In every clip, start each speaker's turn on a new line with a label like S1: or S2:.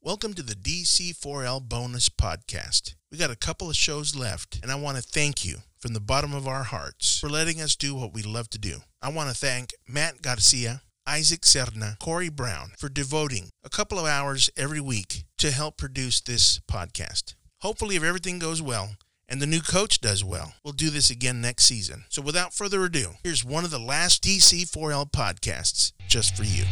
S1: Welcome to the DC4L Bonus Podcast. We got a couple of shows left, and I want to thank you from the bottom of our hearts for letting us do what we love to do. I want to thank Matt Garcia, Isaac Serna, Corey Brown for devoting a couple of hours every week to help produce this podcast. Hopefully, if everything goes well and the new coach does well, we'll do this again next season. So, without further ado, here's one of the last DC4L podcasts just for you.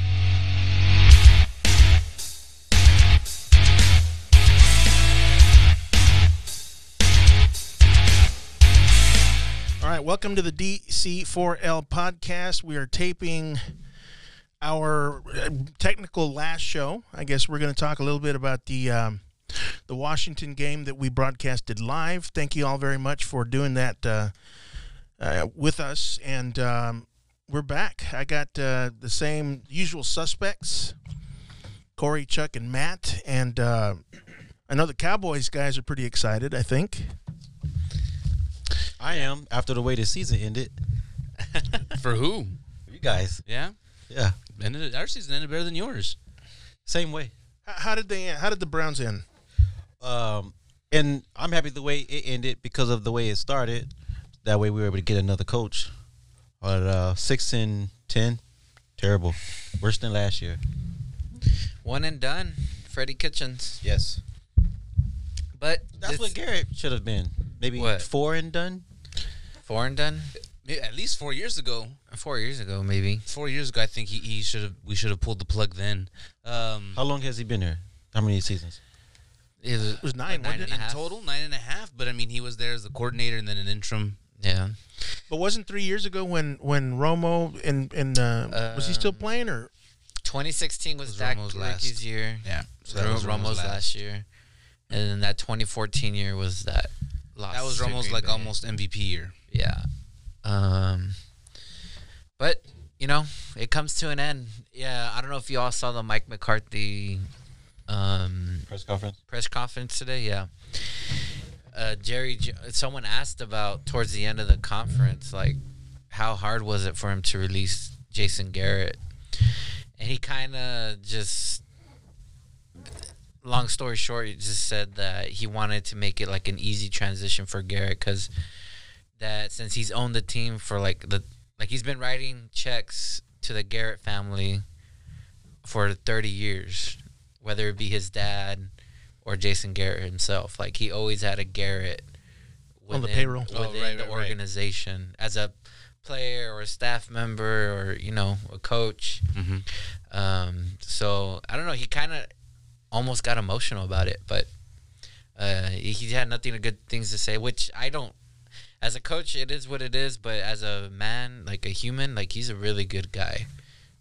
S1: All right, welcome to the DC4L podcast. We are taping our uh, technical last show. I guess we're going to talk a little bit about the um, the Washington game that we broadcasted live. Thank you all very much for doing that uh, uh, with us, and um, we're back. I got uh, the same usual suspects: Corey, Chuck, and Matt. And uh, I know the Cowboys guys are pretty excited. I think.
S2: I am after the way the season ended.
S3: For who?
S2: You guys,
S3: Yeah.
S2: yeah,
S3: Ended, our season ended better than yours.
S2: same way.
S1: H- How did they? How did the Browns end?
S2: Um, and I'm happy the way it ended because of the way it started. That way we were able to get another coach. But uh, six and ten, terrible, worse than last year.
S4: One and done, Freddie Kitchens.
S2: Yes,
S4: But
S2: that's
S4: it's
S2: what Garrett should have been. Maybe
S4: What?
S2: four and done.
S4: four and done.
S3: Maybe At least four years ago.
S4: Four years ago, maybe.
S3: Four years ago, I think he, he should have. We should have pulled the plug then. Um,
S2: How long has he been here? How many seasons?
S4: It was,
S1: It was nine, wasn't
S4: Nine
S1: it?
S4: and a
S3: in
S4: half.
S3: total, nine and a half. But I mean, he was there as the coordinator and then an interim.
S4: yeah.
S1: But wasn't three years ago when when Romo and and uh, was he still
S4: Um,
S1: playing or
S4: 2016 was,
S3: Was
S4: Dak
S3: Romo's
S4: Romo's
S3: last.
S4: year.
S3: Yeah.
S4: So that was Romo's last. year, and then that 2014 year was that loss.
S3: That was
S4: to
S3: Romo's
S4: Green
S3: like
S4: Bay.
S3: almost MVP year.
S4: yeah. Um, but you know, it comes to an end. Yeah, I don't know if you all saw the Mike McCarthy um,
S2: Press conference.
S4: press conference today. Yeah. Uh, Jerry, J- someone asked about towards the end of the conference, like how hard was it for him to release Jason Garrett, and he kind of just, long story short, he just said that he wanted to make it like an easy transition for Garrett because that since he's owned the team for like the like he's been writing checks to the Garrett family for 30 years, whether it be his dad or Jason Garrett himself. Like he always had a Garrett
S1: On the payroll.
S4: within
S3: Oh, right,
S4: the
S3: right, right.
S4: organization as a player or a staff member or you know a coach.
S3: Mm-hmm.
S4: Um, so I don't know. He kind of almost got emotional about it, but uh, he- he had nothing but good things to say, which I don't. As a coach, it is what it is, but as a man, like a human, like he's a really good guy,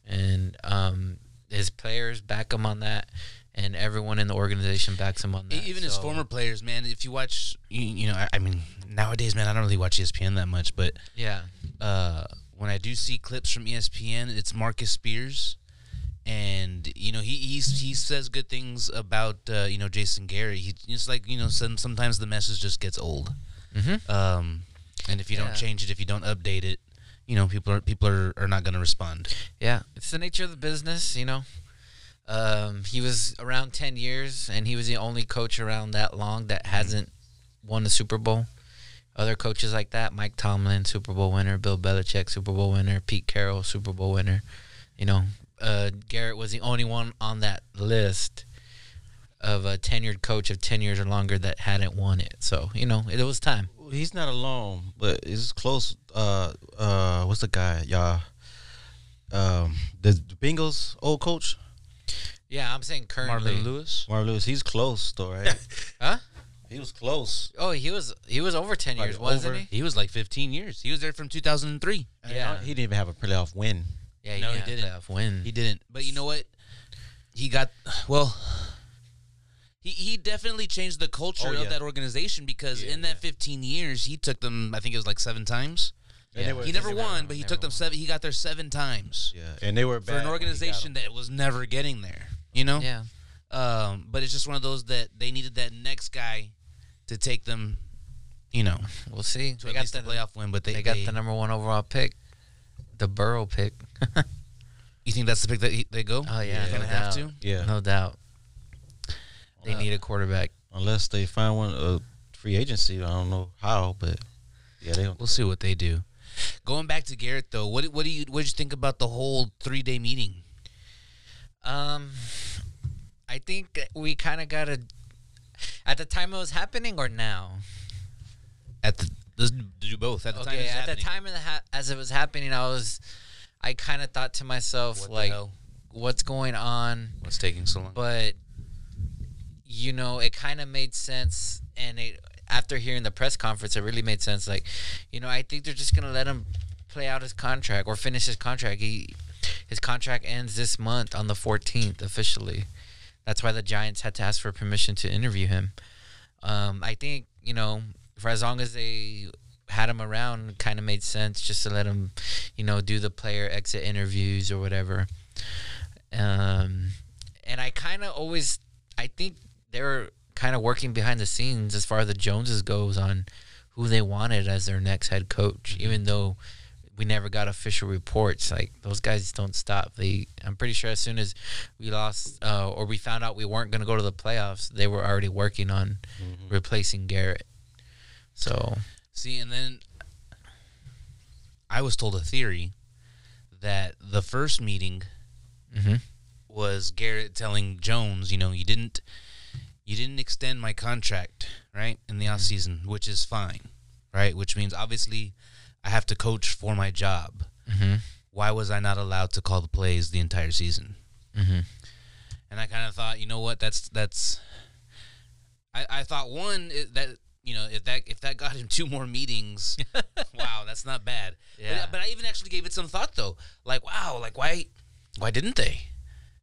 S4: and um, his players back him on that, and everyone in the organization backs him on that.
S3: E, Even his
S4: so-
S3: former players, man. If you watch, you, you know, I, I mean, nowadays, man, I don't really watch E ESPN that much, but
S4: yeah,
S3: uh, when I do see clips from E ESPN, it's Marcus Spears, and you know he he's, he says good things about uh, you know Jason Gary. He it's like you know some, sometimes the message just gets old,
S4: Mhm.
S3: um, and if you
S4: Yeah.
S3: don't change it, if you don't update it, you know people are people are, are not going to respond.
S4: yeah, it's the nature of the business, you know. Um, he was around ten years, and he was the only coach around that long that hasn't won the Super Bowl. Other coaches like that, Mike Tomlin, Super Bowl winner, Bill Belichick, Super Bowl winner, Pete Carroll, Super Bowl winner. You know, uh, Garrett was the only one on that list of a tenured coach of ten years or longer that hadn't won it. So you know, it, was time.
S2: He's not alone, but it's close. Uh, uh, what's the guy, y'all? Um, the Bengals old coach.
S4: Yeah, I'm saying currently.
S3: Marvin Lewis.
S2: Marvin Lewis, he's close though, right?
S4: Huh?
S2: He was close.
S4: Oh, he was he was over ten
S2: Like
S4: years, wasn't
S2: over-
S4: he?
S3: He was like 15 years. He was there from 2003.
S4: Yeah.
S2: He didn't even have a playoff win.
S4: Yeah,
S3: No, he
S4: had
S3: didn't.
S4: playoff win.
S3: He didn't. But you know what? He got well. He he definitely changed the culture
S2: Oh, yeah.
S3: of that organization because
S2: Yeah,
S3: in that 15 years he took them. I think it was like seven times.
S2: And
S4: Yeah.
S2: they were-
S3: He never
S4: never
S3: won,
S4: won,
S3: but he
S4: never
S3: took them
S4: won.
S3: seven. He got there seven times
S2: Yeah. And they were
S3: for an organization that was never getting there. You know.
S4: Yeah.
S3: Um. But it's just one of those that they needed that next guy to take them. You know,
S4: We'll see.
S3: to
S4: They
S3: at
S4: got,
S3: least
S4: the,
S3: the playoff win. But they,
S4: they got the number one overall pick, the Burrow pick.
S3: You think that's the pick that he, they go?
S4: Oh, yeah,
S3: They're gonna
S4: no
S2: Uh-huh.
S3: have
S4: doubt.
S3: to.
S2: Yeah.
S4: no doubt. They need a quarterback.
S2: unless they find one a free agency. I don't know how, but yeah, they don't.
S3: We'll see what they do. Going back to Garrett though, what what do you what did you think about the whole three day meeting?
S4: Um, I think we kind of got to. At the time it was happening, or now?
S3: At the let's do both at the time.
S4: okay, at the time of the ha- as it was happening, I was, I kind of thought to myself
S3: What the
S4: like,
S3: hell?
S4: what's going on?
S3: what's taking so long?
S4: But you know, it kind of made sense, and it after hearing the press conference, it really made sense. Like, you know, I think they're just gonna let him play out his contract or finish his contract. He his contract ends this month on the 14th officially. That's why the Giants had to ask for permission to interview him. Um, I think you know, for as long as they had him around, kind of made sense just to let him, you know, do the player exit interviews or whatever. Um, and I kind of always, I think they're kind of working behind the scenes as far as the Joneses goes on who they wanted as their next head coach, even though we never got official reports. Like those guys don't stop. They, I'm pretty sure as soon as we lost uh, or we found out we weren't going to go to the playoffs, they were already working on replacing Garrett. So
S3: See, and then I was told a theory that the first meeting Mm-hmm.
S4: Mhm.
S3: was Garrett telling Jones, you know, you didn't you didn't extend my contract, right? In the off season, which is fine, right? Which means obviously I have to coach for my job.
S4: Mhm.
S3: Why was I not allowed to call the plays the entire season?
S4: Mhm.
S3: And I kind of thought, you know what? That's that's I, I thought one i- that you know if that if that got him two more meetings, wow, that's not bad.
S4: Yeah.
S3: But, but I even actually gave it some thought though. Like wow, like why why didn't they?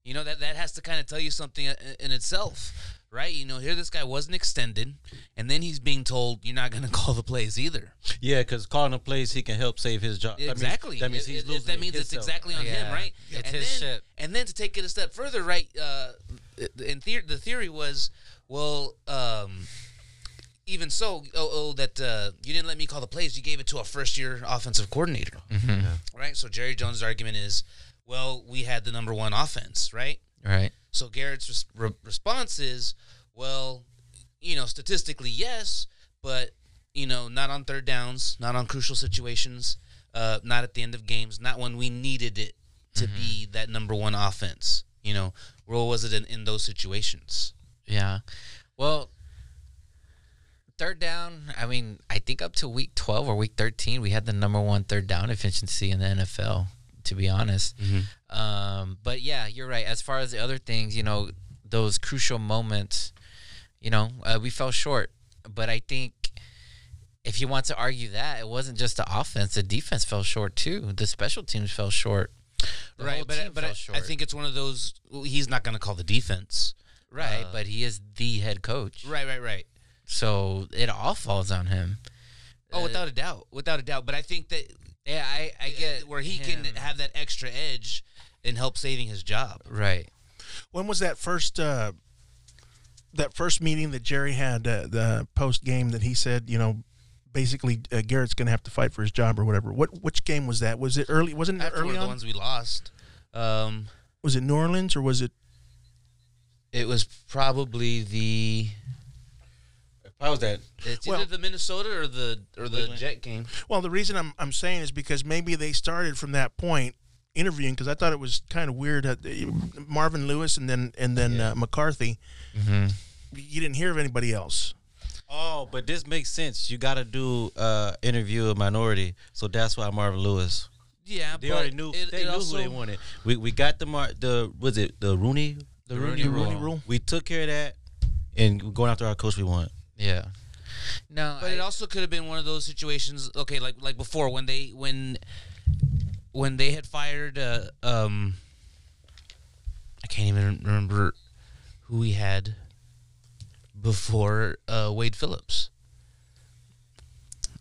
S3: You know that that has to kind of tell you something i- in itself, right? You know here this guy wasn't extended, and then he's being told you're not going to call the plays either.
S2: Yeah, because calling the plays, he can help save his job. That means-
S3: Exactly.
S2: That means,
S3: It-
S2: he's
S3: it-
S2: losing.
S3: That means it's
S2: himself.
S3: exactly on him,
S4: Yeah.
S3: right?
S4: It's
S3: and
S4: his
S3: then,
S4: shit.
S3: And then to take it a step further, right? Uh, in theory, the theory was, well, um, even so, oh, oh, that uh, you didn't let me call the plays. You gave it to a first-year offensive coordinator,
S2: Mm-hmm.
S3: right? So Jerry Jones' argument is, well, we had the number one offense, right?
S4: right.
S3: So Garrett's res- re- response is, well, you know, statistically yes, but you know, not on third downs, not on crucial situations, uh, not at the end of games, not when we needed it to be that number one offense. You know, where was it in, in those situations?
S4: Yeah. Well, third down, I mean, I think up to week 12 or week 13, we had the number one third down efficiency in the NFL, to be honest. Um, but yeah, you're right. As far as the other things, you know, those crucial moments, you know, uh, we fell short. But I think if you want to argue that, it wasn't just the offense, the defense fell short too. The special teams fell short. The whole
S3: but I,
S4: team
S3: but
S4: fell
S3: I, I
S4: short.
S3: think it's one of those. well, He's not going to call the defense.
S4: Right,
S3: uh,
S4: but he is the head coach.
S3: Right, right, right.
S4: So it all falls on him.
S3: Oh, without a doubt, without a doubt. But I think that
S4: Yeah, I, I get
S3: where he
S4: him.
S3: can have that extra edge and help saving his job.
S4: right.
S1: When was that first uh, that first meeting that Jerry had uh, the post game that he said, you know, basically uh, Garrett's going to have to fight for his job or whatever? What which game was that? Was it early? Wasn't it
S3: after one
S1: early
S3: of the
S1: on?
S3: ones we lost. Um,
S1: Was it New Orleans or was it?
S3: it was probably the
S2: How was that?
S3: it's
S1: Well-
S3: either the Minnesota or the or the Jet game.
S1: Well, the reason I'm I'm saying is because maybe they started from that point interviewing because I thought it was kind of weird. That uh, Marvin Lewis and then and then uh, McCarthy.
S3: Mm-hmm.
S1: You didn't hear of anybody else.
S2: Oh, but this makes sense. You got to do uh interview a minority, so that's why Marvin Lewis.
S3: Yeah,
S2: They already knew. they knew who they wanted. We we got the Mar- the was it the Rooney the,
S4: Rooney Rooney
S1: rule. rule.
S2: We took care of that, and going after our coach we want.
S4: Yeah. No,
S3: But
S4: I-
S3: it also could have been one of those situations. Okay, like like before when they when when they had fired. Uh, um, I can't even remember who we had before uh, Wade Phillips.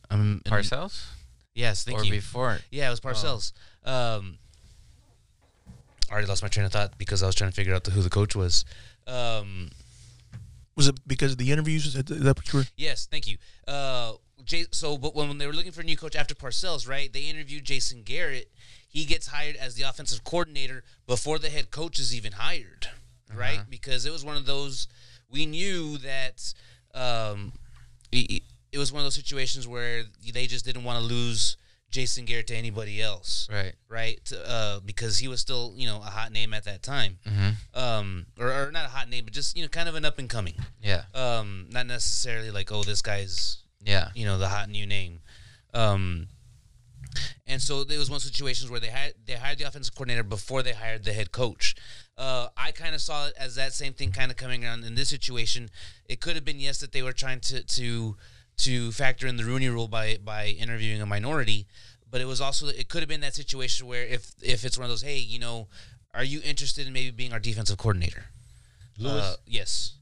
S3: Um, and-
S4: Parcells
S3: Yes, thank
S4: or
S3: you.
S4: before.
S3: Yeah, it was Parcells. Um, I already lost my train of thought because I was trying to figure out the, who the coach was. Um,
S1: Was it because of the interviews? Is that is that what you were?
S3: yes, thank you. Uh, Jay, so, but when, when they were looking for a new coach after Parcells, right? They interviewed Jason Garrett. He gets hired as the offensive coordinator before the head coach is even hired, right? Because it was one of those we knew that um, it, it was one of those situations where they just didn't want to lose Jason Garrett to anybody else
S4: Right.
S3: right? To, Uh, because he was still, you know, a hot name at that time, um, or, or not a hot name, but just you know, kind of an up and coming.
S4: Yeah.
S3: Um, not necessarily like, oh, this guy's,
S4: Yeah.
S3: you know, the hot new name. Um, and so there was one of those situations where they had they hired the offensive coordinator before they hired the head coach. Uh, I kind of saw it as that same thing kind of coming around in this situation. It could have been yes that they were trying to to to factor in the Rooney Rule by by interviewing a minority, but it was also it could have been that situation where if if it's one of those hey you know are you interested in maybe being our defensive coordinator?
S2: Lewis?
S3: Uh, yes,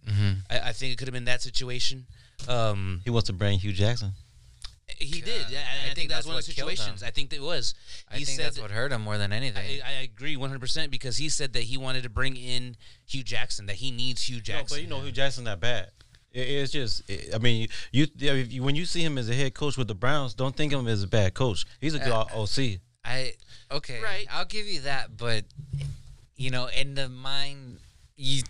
S3: I, I think it could have been that situation. Um,
S2: He wants to bring Hugh Jackson.
S3: he did. I, I, think, that was one of the
S4: what killed him.
S3: situations. I think that it was.
S4: I think that's what hurt him more than anything.
S3: I, I agree 100% because he said that he wanted to bring in Hugh Jackson, that he needs Hugh
S2: No, but
S3: Jackson.
S2: you know Hugh Jackson's not bad. It, it's just, it- I mean, you, yeah, if you when you see him as a head coach with the Browns, don't think of him as a bad coach. He's a good OC.
S4: I, okay.
S3: Right.
S4: I'll give you that, but you know, in the mind, you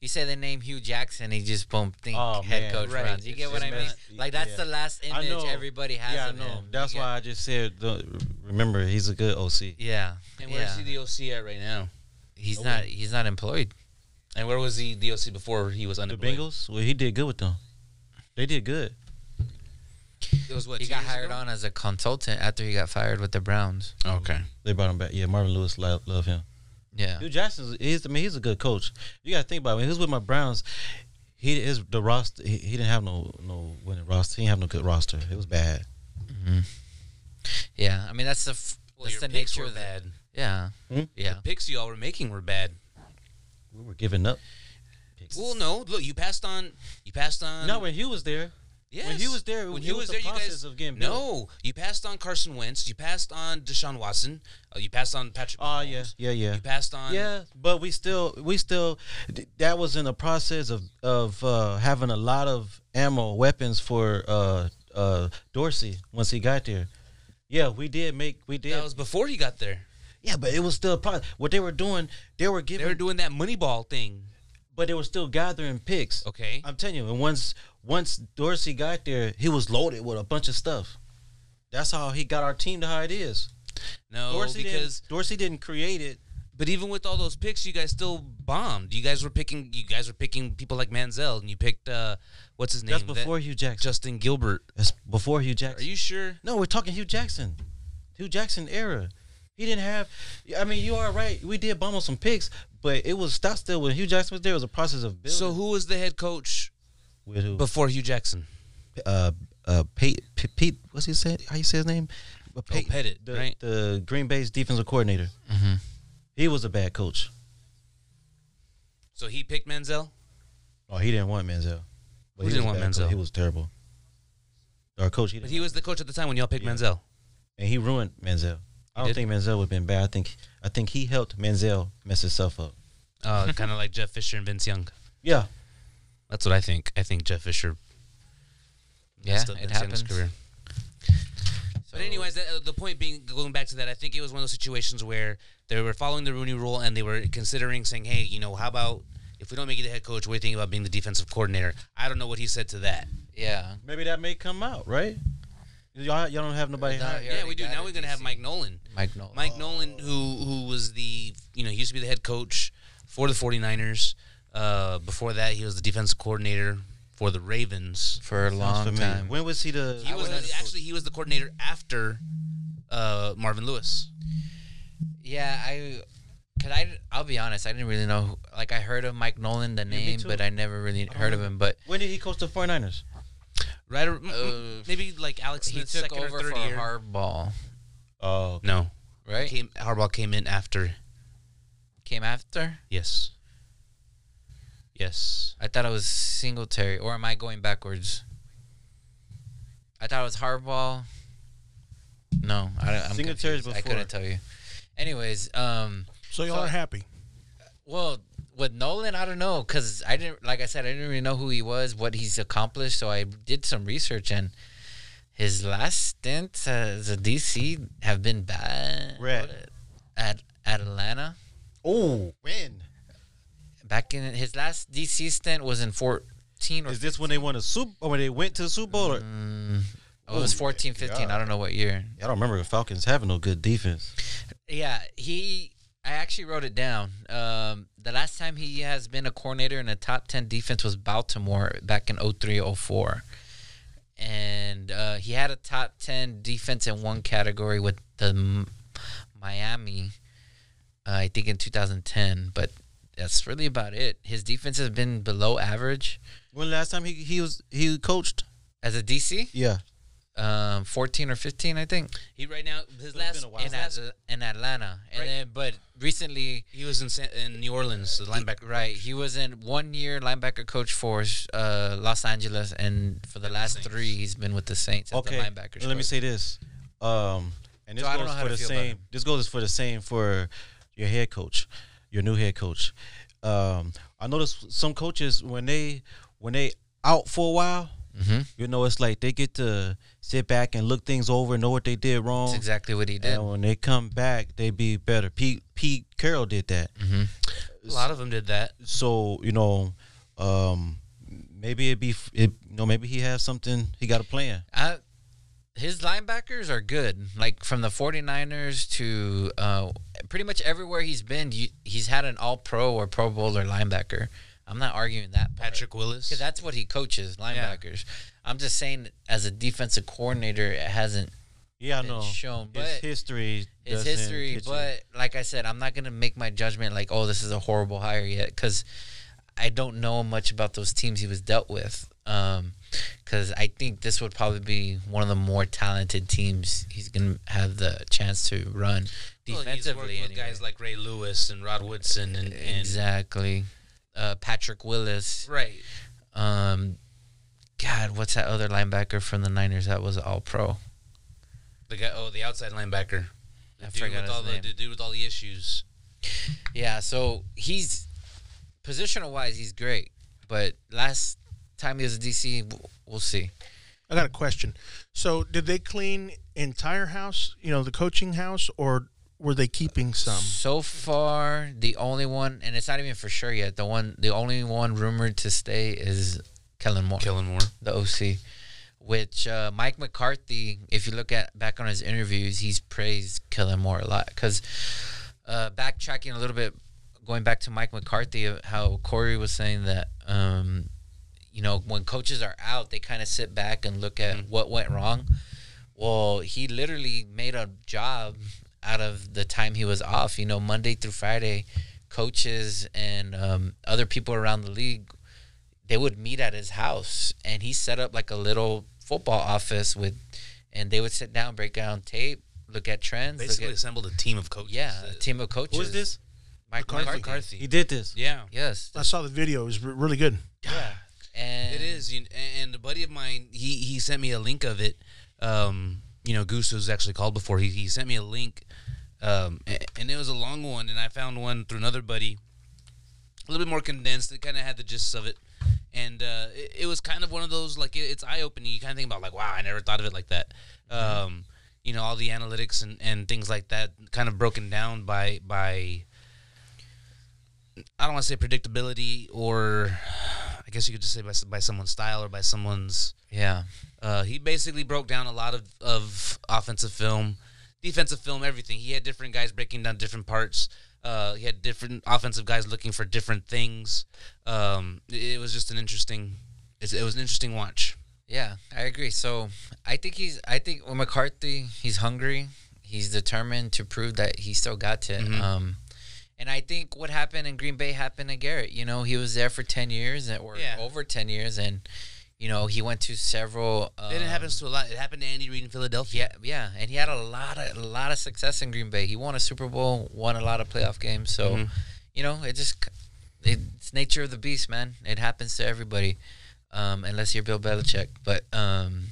S4: you say the name Hugh Jackson, he just boom, think
S2: Oh,
S4: head
S2: man.
S4: coach
S3: Right.
S4: runs. You
S3: It's
S4: get what
S2: just
S4: I mean?
S2: messed-
S4: Like that's
S2: yeah.
S4: the last
S2: I
S4: image
S2: know.
S4: every has.
S2: yeah, I
S4: of
S2: know.
S4: him.
S2: That's
S4: You get-
S2: why I just said, don't, remember, he's a good OC.
S4: Yeah.
S3: and
S4: yeah.
S3: where's he the OC at right now?
S4: he's
S2: Oh,
S4: not. He's not employed.
S3: And where was he the OC before he was
S2: The
S3: unemployed?
S2: Bengals, well, he did good with them. They did good.
S3: It was what?
S4: He
S3: two
S4: got
S3: years
S4: hired
S3: ago?
S4: on as a consultant after he got fired with the Browns.
S3: Okay.
S2: They brought him back. Yeah, Marvin Lewis love, love him.
S4: Yeah.
S2: Hugh Jackson, he's I mean, he's a good coach. You got to think about it. When he was with my Browns, he is the roster. He, he didn't have no no winning roster. He didn't have no good roster. It was bad.
S4: Yeah. I mean, that's the f-
S3: Well,
S4: that's
S3: your
S4: the
S3: picks
S4: nature
S3: were
S4: of
S3: bad.
S4: that. Yeah.
S2: Hmm?
S4: Yeah.
S3: The picks y'all were making were bad.
S2: We were giving up.
S3: Well, no. Look, you passed on. You passed on.
S2: Not when Hugh was there.
S3: yes.
S2: when Hugh was there,
S3: When
S2: when
S3: Hugh
S2: Hugh was, the process of getting built.
S3: No. You passed on Carson Wentz. You passed on Deshaun Watson. Uh, you passed on Patrick.
S2: Oh
S3: Mahomes.
S2: yeah, yeah, yeah,
S3: You passed on.
S2: yeah. But we still, we still, th- that was in the process of of uh, having a lot of ammo, weapons for uh, uh, Dorsey once he got there. Yeah, we did make, we did.
S3: That was before he got there.
S2: yeah, but it was still a process. What they were doing, they were
S3: They
S2: giving,
S3: were doing that Moneyball thing.
S2: but they were still gathering picks.
S3: Okay.
S2: I'm telling you, and once once Dorsey got there, he was loaded with a bunch of stuff. That's how he got our team to how it is.
S3: No,
S2: Dorsey
S3: Oh, because
S2: didn't, Dorsey didn't create it.
S3: but even with all those picks, you guys still bombed. You guys were picking. You guys were picking people like Manziel, and you picked uh, what's his name?
S2: That's
S3: That-
S2: before Hugh Jackson.
S3: Justin Gilbert.
S2: That's before Hugh Jackson.
S3: Are you sure?
S2: No, we're talking Hugh Jackson. Hugh Jackson era. He didn't have. I mean, you are right. We did bum on some picks, but it was that's still when Hugh Jackson was there. It was a process of building.
S3: So who was the head coach
S2: with who?
S3: before Hugh Jackson?
S2: uh, uh, Pete, Pete, Pete, what's he say? How you say his name? Uh, Pete-
S3: Oh, Pettit,
S2: the,
S3: right? Mm-hmm.
S2: The Green Bay's defensive coordinator. He was a bad coach.
S3: So he picked Manziel.
S2: Oh, he didn't want Manziel. But he
S3: Who didn't
S2: was a
S3: want
S2: bad coach.
S3: Manziel?
S2: He was terrible. Our coach, he
S3: But
S2: didn't,
S3: he was the coach at the time when y'all picked Manziel.
S2: and he ruined Manziel. I don't
S3: did?
S2: think Manziel would have been bad. I think I think he helped Manziel mess himself up.
S3: Uh, kind of like Jeff Fisher and Vince Young.
S2: Yeah,
S3: That's what I think. I think Jeff Fisher.
S4: Yeah.
S3: messed up
S4: It
S3: Vince Young's
S4: happens.
S3: career.
S4: So-
S3: But anyways, that, uh, the point being, going back to that, I think it was one of those situations where they were following the Rooney Rule and they were considering saying, "Hey, you know, how about if we don't make you the head coach, what do you think about being the defensive coordinator?" I don't know what he said to that.
S4: Yeah.
S2: Maybe that may come out, right? Y'all, y'all don't have nobody.
S4: No,
S2: hired.
S4: He
S3: Yeah,
S4: already
S3: we do.
S4: got
S3: Now
S4: it,
S3: we're gonna have
S4: DC.
S3: Mike Nolan.
S4: Mike Nolan.
S3: Mike Nolan, who who was the you know he used to be the head coach for the 49ers. Uh, before that, he was the defensive coordinator for the Ravens.
S4: for a
S2: Sounds
S4: long
S2: familiar.
S4: time.
S2: When was he the?
S3: He was the- actually he was the coordinator after uh, Marvin Lewis.
S4: Yeah, I. Cause I, I'll be honest, I didn't really know. who- Like I heard of Mike Nolan, the name,
S2: too.
S4: but I never really heard of him. But
S2: When did he coach the 49ers?
S3: Right, or, mm, maybe like Alex
S4: Oh, he
S3: Smith's
S4: took
S3: second
S4: over
S3: or
S4: for
S3: third year.
S4: Hardball,
S2: Oh,
S3: no,
S4: right? Came,
S3: came Harbaugh came in after.
S4: after.
S3: Yes. Yes.
S4: I thought it was Singletary, or am I going backwards? I thought it was Hardball. No, I don't. I'm
S2: Singletary's
S4: confused. I
S2: before.
S4: couldn't tell you. Anyways, um,
S1: So y'all
S4: So-
S1: are happy.
S4: Well, with Nolan, I don't know because I didn't, like I said, I didn't really know who he was, what he's accomplished. So I did some research, and his last stints as a DC have been bad.
S2: Red.
S4: At Atlanta,
S2: oh, when?
S4: back in his last DC stint was in 14 or
S2: Is this when they won a Super or when they went to the Super Bowl? Or,
S4: oh, it was 14, 15. I don't know what year.
S2: I Mm. don't remember the Falcons having no good defense.
S4: Yeah, he. I actually wrote it down. Um, the last time he has been a coordinator in a top 10 defense was Baltimore back in 03, 04. And uh, he had a top 10 defense in one category with the M- Miami, uh, I think in 2010. But that's really about it. His defense has been below average.
S2: When last time he he was he coached?
S4: As a DC,
S2: Yeah,
S4: um, 14 or 15, I think,
S3: He right now his
S2: been
S3: last
S2: a while.
S3: his
S4: in,
S3: last-
S4: Atl- in Atlanta. And
S3: Right.
S4: then, but recently,
S3: he was in San, in New Orleans, the linebacker.
S4: Right. He was in one year linebacker coach for uh, Los Angeles, and for the last
S3: Saints.
S4: three, he's been with the Saints as
S2: okay.
S4: the linebacker.
S2: Let me say this. Um, and this
S4: So I don't
S2: goes
S4: know how
S2: for the
S4: to feel about
S2: same. This goes for the same for your head coach, your new head coach. Um, I noticed some coaches when they when they out for a while,
S4: Mm-hmm.
S2: you know, it's like they get to sit back and look things over, know what they did wrong.
S4: That's exactly what he did.
S2: And when they come back, they be better. Pete Pete Carroll did that.
S3: A lot of them did that.
S2: So you know, um, maybe it be f- it, you know maybe he has something. He got a plan.
S4: I, his linebackers are good. Like from the 49ers to uh, pretty much everywhere he's been, you, he's had an all pro or pro bowler linebacker. I'm not arguing that. part.
S3: Patrick Willis.
S4: Because that's what he coaches, linebackers. I'm just saying, as a defensive coordinator, it hasn't
S2: Yeah, I
S4: been
S2: know.
S4: shown,
S2: his
S4: but-
S2: history.
S4: It's
S2: doesn't
S4: history,
S2: get you-
S4: but like I said, I'm not gonna make my judgment like, oh, this is a horrible hire yet, because I don't know much about those teams he was dealt with. Because I think this would probably be one of the more talented teams he's gonna have the chance to
S3: Well,
S4: run
S3: he's worked
S4: defensively.
S3: with
S4: anyway.
S3: guys like Ray Lewis and Rod Woodson and, and
S4: exactly, uh, Patrick Willis.
S3: right.
S4: Um, God, what's that other linebacker from the Niners that was All Pro?
S3: The guy, oh, the outside linebacker. The
S4: I
S3: dude
S4: forgot
S3: with
S4: his
S3: all
S4: name.
S3: The, the dude with all the issues.
S4: Yeah, so he's positional wise, he's great. But last time he was a DC, w- we'll see.
S1: I got a question. So, did they clean entire house? You know, the coaching house, or were they keeping some?
S4: So far, the only one, and it's not even for sure yet. The one, the only one rumored to stay is Kellen Moore,
S3: Killing Moore.
S4: the OC. Which uh, Mike McCarthy, if you look at back on his interviews, he's praised Kellen Moore a lot. Because uh, backtracking a little bit, going back to Mike McCarthy, uh, how Corey was saying that um, you know, when coaches are out, they kind of sit back and look at what went wrong. Well, he literally made a job out of the time he was off. You know, Monday through Friday, coaches and um, other people around the league, they would meet at his house, and he set up like a little football office with, and they would sit down, break down tape, look at trends. look
S3: Basically
S4: at-
S3: assembled a team of coaches.
S4: yeah,
S3: Uh,
S4: a team of coaches.
S2: who is this?
S4: Mike
S3: McCarthy.
S4: McCarthy.
S2: He did this.
S3: Yeah.
S4: Yes,
S1: I saw the video. It was re- really good.
S4: and
S3: It is, you and- and a buddy of mine, he he sent me a link of it. Um, you know, Goose was actually called before. He he sent me a link, um, a- and it was a long one, and I found one through another buddy, a little bit more condensed. It kind of had the gist of it, and uh, it, it was kind of one of those like it, it's eye opening. You kind of think about like, wow, I never thought of it like that. Um, you know, all the analytics and, and things like that, kind of broken down by by. I don't want to say predictability or I guess you could just say by, s- by someone's style or by someone's.
S4: Yeah,
S3: Uh, he basically broke down a lot of, of offensive film, defensive film, everything. He had different guys breaking down different parts. Uh, he had different offensive guys looking for different things. Um, it, it was just an interesting. It's, it was an interesting watch.
S4: yeah, I agree. So I think he's. I think with McCarthy, he's hungry. He's determined to prove that he still got it. Um, and I think what happened in Green Bay happened to Garrett. You know, he was there for ten years, and or
S3: Yeah.
S4: over ten years, and you know he went to several. Um,
S3: it happens to a lot. It happened to Andy Reid in Philadelphia.
S4: Yeah, yeah, and he had a lot of a lot of success in Green Bay. He won a Super Bowl, won a lot of playoff games. So, you know, it just it's nature of the beast, man. It happens to everybody, um, unless you're Bill Belichick. But um,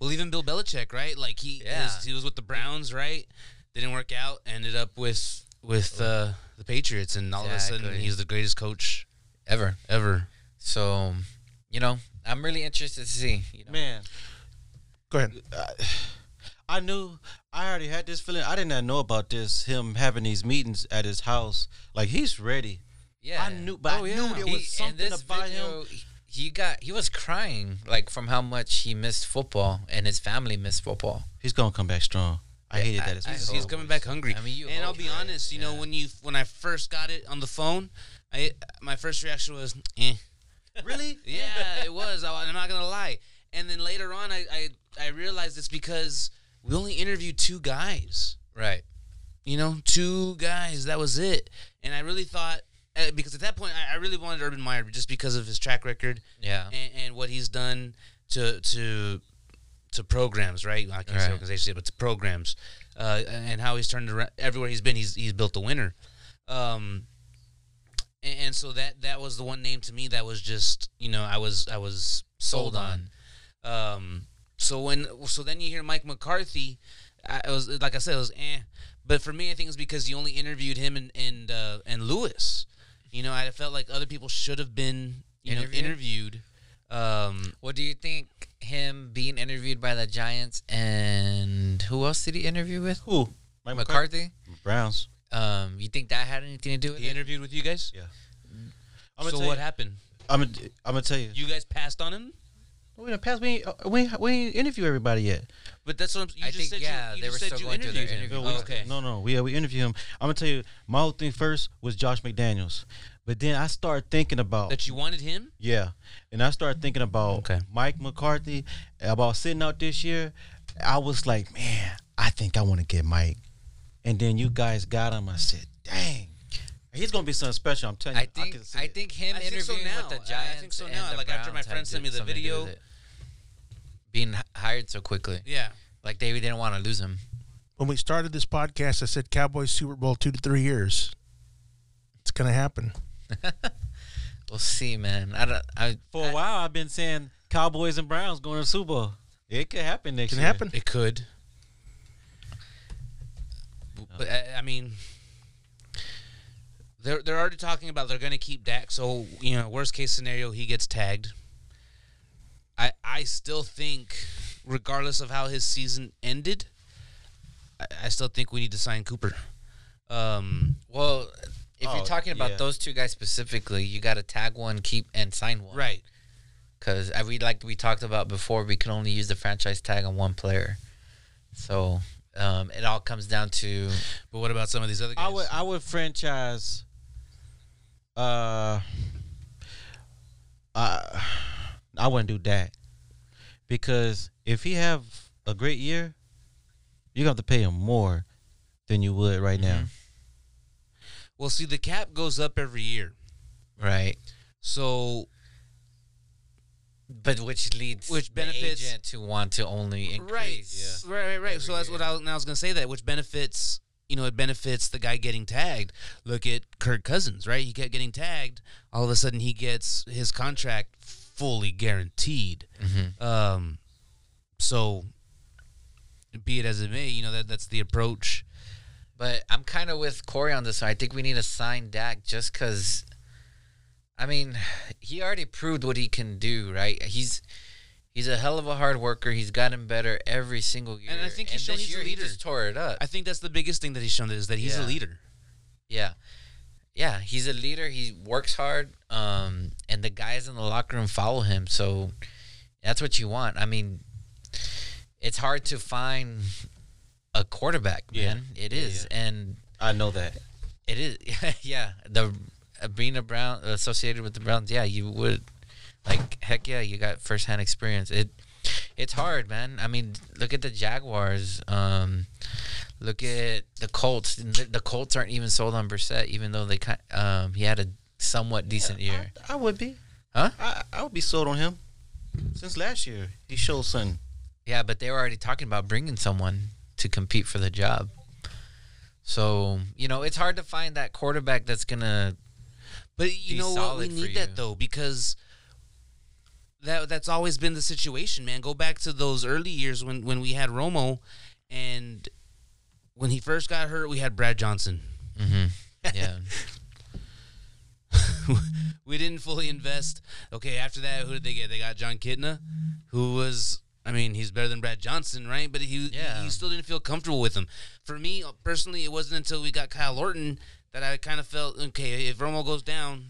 S3: Well, even Bill Belichick, right? Like he
S4: Yeah.
S3: his- he was with the Browns, right? Didn't work out. Ended up with with uh, the Patriots, and all of a sudden
S4: Exactly.
S3: he's the greatest coach
S4: ever,
S3: ever.
S4: so you know, I'm really interested to see. You know,
S2: Man,
S1: Go ahead.
S2: I knew. I already had this feeling. I did not know about this. Him having these meetings at his house. Like he's ready.
S4: Yeah,
S2: I knew- but I knew there was
S4: in
S2: something
S4: this
S2: about him.
S4: he- He got he was crying like from how much he missed football and his family missed football.
S2: He's gonna come back strong. I hated
S4: I-
S2: that. as
S4: I-
S2: his
S4: hope.
S3: He's coming back hungry.
S4: I mean, you
S3: and I'll
S4: hope,
S3: be
S4: right?
S3: honest, you know,
S4: Yeah.
S3: when you when I first got it on the phone, I my first reaction was, eh.
S2: really?
S3: Yeah, it was. I, I'm not gonna lie. And then later on, I, I I realized it's because we only interviewed two guys.
S4: Right.
S3: You know, two guys. That was it. And I really thought uh, because at that point, I, I really wanted Urban Meyer just because of his track record
S4: Yeah.
S3: and, and what he's done to to to programs, right? I can't
S4: Right.
S3: say organizations, yet, but to programs, uh, and how he's turned around everywhere he's been. He's he's built a winner, um, and, and so that that was the one name to me that was just you know I was I was sold
S4: Sold
S3: on. Um, so when so then you hear Mike McCarthy, I it was like I said, it was eh. But for me, I think it's because you only interviewed him and and uh, and Lewis. You know, I felt like other people should have been you know interviewed. Um,
S4: Well, do you think him being interviewed by the Giants and who else did he interview with?
S2: Who? Mike
S4: McCarthy.
S2: Browns.
S4: Um, you think that had anything to do with
S3: He
S4: it?
S3: interviewed with you guys.
S2: Yeah. I'm gonna
S3: so
S2: tell
S3: what
S2: you,
S3: happened?
S2: I'm gonna, I'm gonna tell you.
S3: You guys passed on him,
S2: We done passed. We ain't, uh, we ain't, we ain't interview everybody yet.
S3: but that's what I'm. You
S4: I
S3: just
S4: think,
S3: said
S4: yeah,
S3: you, you
S4: they
S3: just
S4: were
S3: said
S4: still
S3: you
S4: going through their
S3: interviewed him.
S4: interview
S3: Oh,
S4: process.
S3: okay.
S2: No, no, we uh, we interview him. I'm gonna tell you. My whole thing first was Josh McDaniels, but then I started thinking about
S3: That you wanted him.
S2: yeah, and I started thinking about
S3: Okay.
S2: Mike McCarthy about sitting out this year. I was like, man, I think I want to get Mike, and then you guys got him. I said, dang, he's gonna be something special. I'm telling you.
S4: I think
S2: can see
S4: I,
S2: it.
S4: think him
S3: I think so
S4: interviewing
S3: now.
S4: with the
S3: I- I
S4: Giants
S3: think so
S4: and
S3: now.
S4: the
S3: Like, after my
S4: Browns
S3: friend
S4: had
S3: sent me the
S4: something to do
S3: video-
S4: with it. being h- hired so quickly,
S3: Yeah.
S4: like they didn't want to lose him.
S1: When we started this podcast, I said Cowboys Super Bowl two to three years. It's going to happen.
S4: We'll see, man. I don't. I,
S2: For a while, I've been saying Cowboys and Browns going to the Super Bowl. It could happen next
S1: It can
S2: year.
S1: happen.
S3: It could. But I, I mean, they're they're already talking about they're going to keep Dak. So you know, worst case scenario, he gets tagged. I I still think, regardless of how his season ended, I, I still think we need to sign Cooper. Um,
S4: Well, if
S2: Oh,
S4: you're talking about
S2: yeah.
S4: those two guys specifically, you got to tag one, keep and sign one,
S3: right.
S4: Because we like we talked about before, we can only use the franchise tag on one player. So um, it all comes down to
S3: But what about some of these other guys?
S2: I would I would franchise. Uh, uh, I wouldn't do that because if he have a great year, you're gonna have to pay him more than you would right now.
S3: well, see, the cap goes up every year,
S4: right,
S3: so
S4: but which leads
S3: Which
S4: the
S3: benefits-
S4: agent to want to only increase.
S3: Right. Right, right, right. So that's what I was, and I was going to say that, which benefits, you know, it benefits the guy getting tagged. Look at Kirk Cousins, right? He kept getting tagged. All of a sudden, he gets his contract fully guaranteed. Um, so, be it as it may, you know, that that's the approach.
S4: But I'm kind of with Corey on this one. I think we need to sign Dak just because. I mean, he already proved what he can do, right? He's he's a hell of a hard worker. He's gotten better every single year,
S3: And I think he's shown
S4: this
S3: he's a
S4: year
S3: leader.
S4: He just tore it up.
S3: I think that's the biggest thing that he's shown is that he's a
S4: Yeah.
S3: leader.
S4: yeah, yeah, he's a leader. He works hard, um, and the guys in the locker room follow him. So that's what you want. I mean, it's hard to find a quarterback,
S2: Yeah.
S4: man. It is, and
S2: I know that.
S4: It is, yeah. The uh, being a Brown associated with the Browns, yeah, you would like heck yeah, you got firsthand experience. It it's hard, man. I mean, look at the Jaguars. Um, look at the Colts. The, the Colts aren't even sold on Brissett, even though they ki- um he had a somewhat decent year.
S2: I, I would be.
S4: Huh?
S2: I, I would be sold on him since last year. He showed something.
S4: Yeah, but they were already talking about bringing someone to compete for the job. So you know, it's hard to find that quarterback that's gonna
S3: But you
S4: Be
S3: know what? We
S4: solid for
S3: need
S4: you.
S3: that though because that that's always been the situation, man. Go back to those early years when when we had Romo, and when he first got hurt, we had Brad Johnson.
S4: yeah.
S3: we didn't fully invest. Okay, after that, who did they get? They got John Kitna, who was. I mean, he's better than Brad Johnson, right? But he
S4: Yeah.
S3: uh, he still didn't feel comfortable with him. For me personally, it wasn't until we got Kyle Orton that I kind of felt okay if Romo goes down.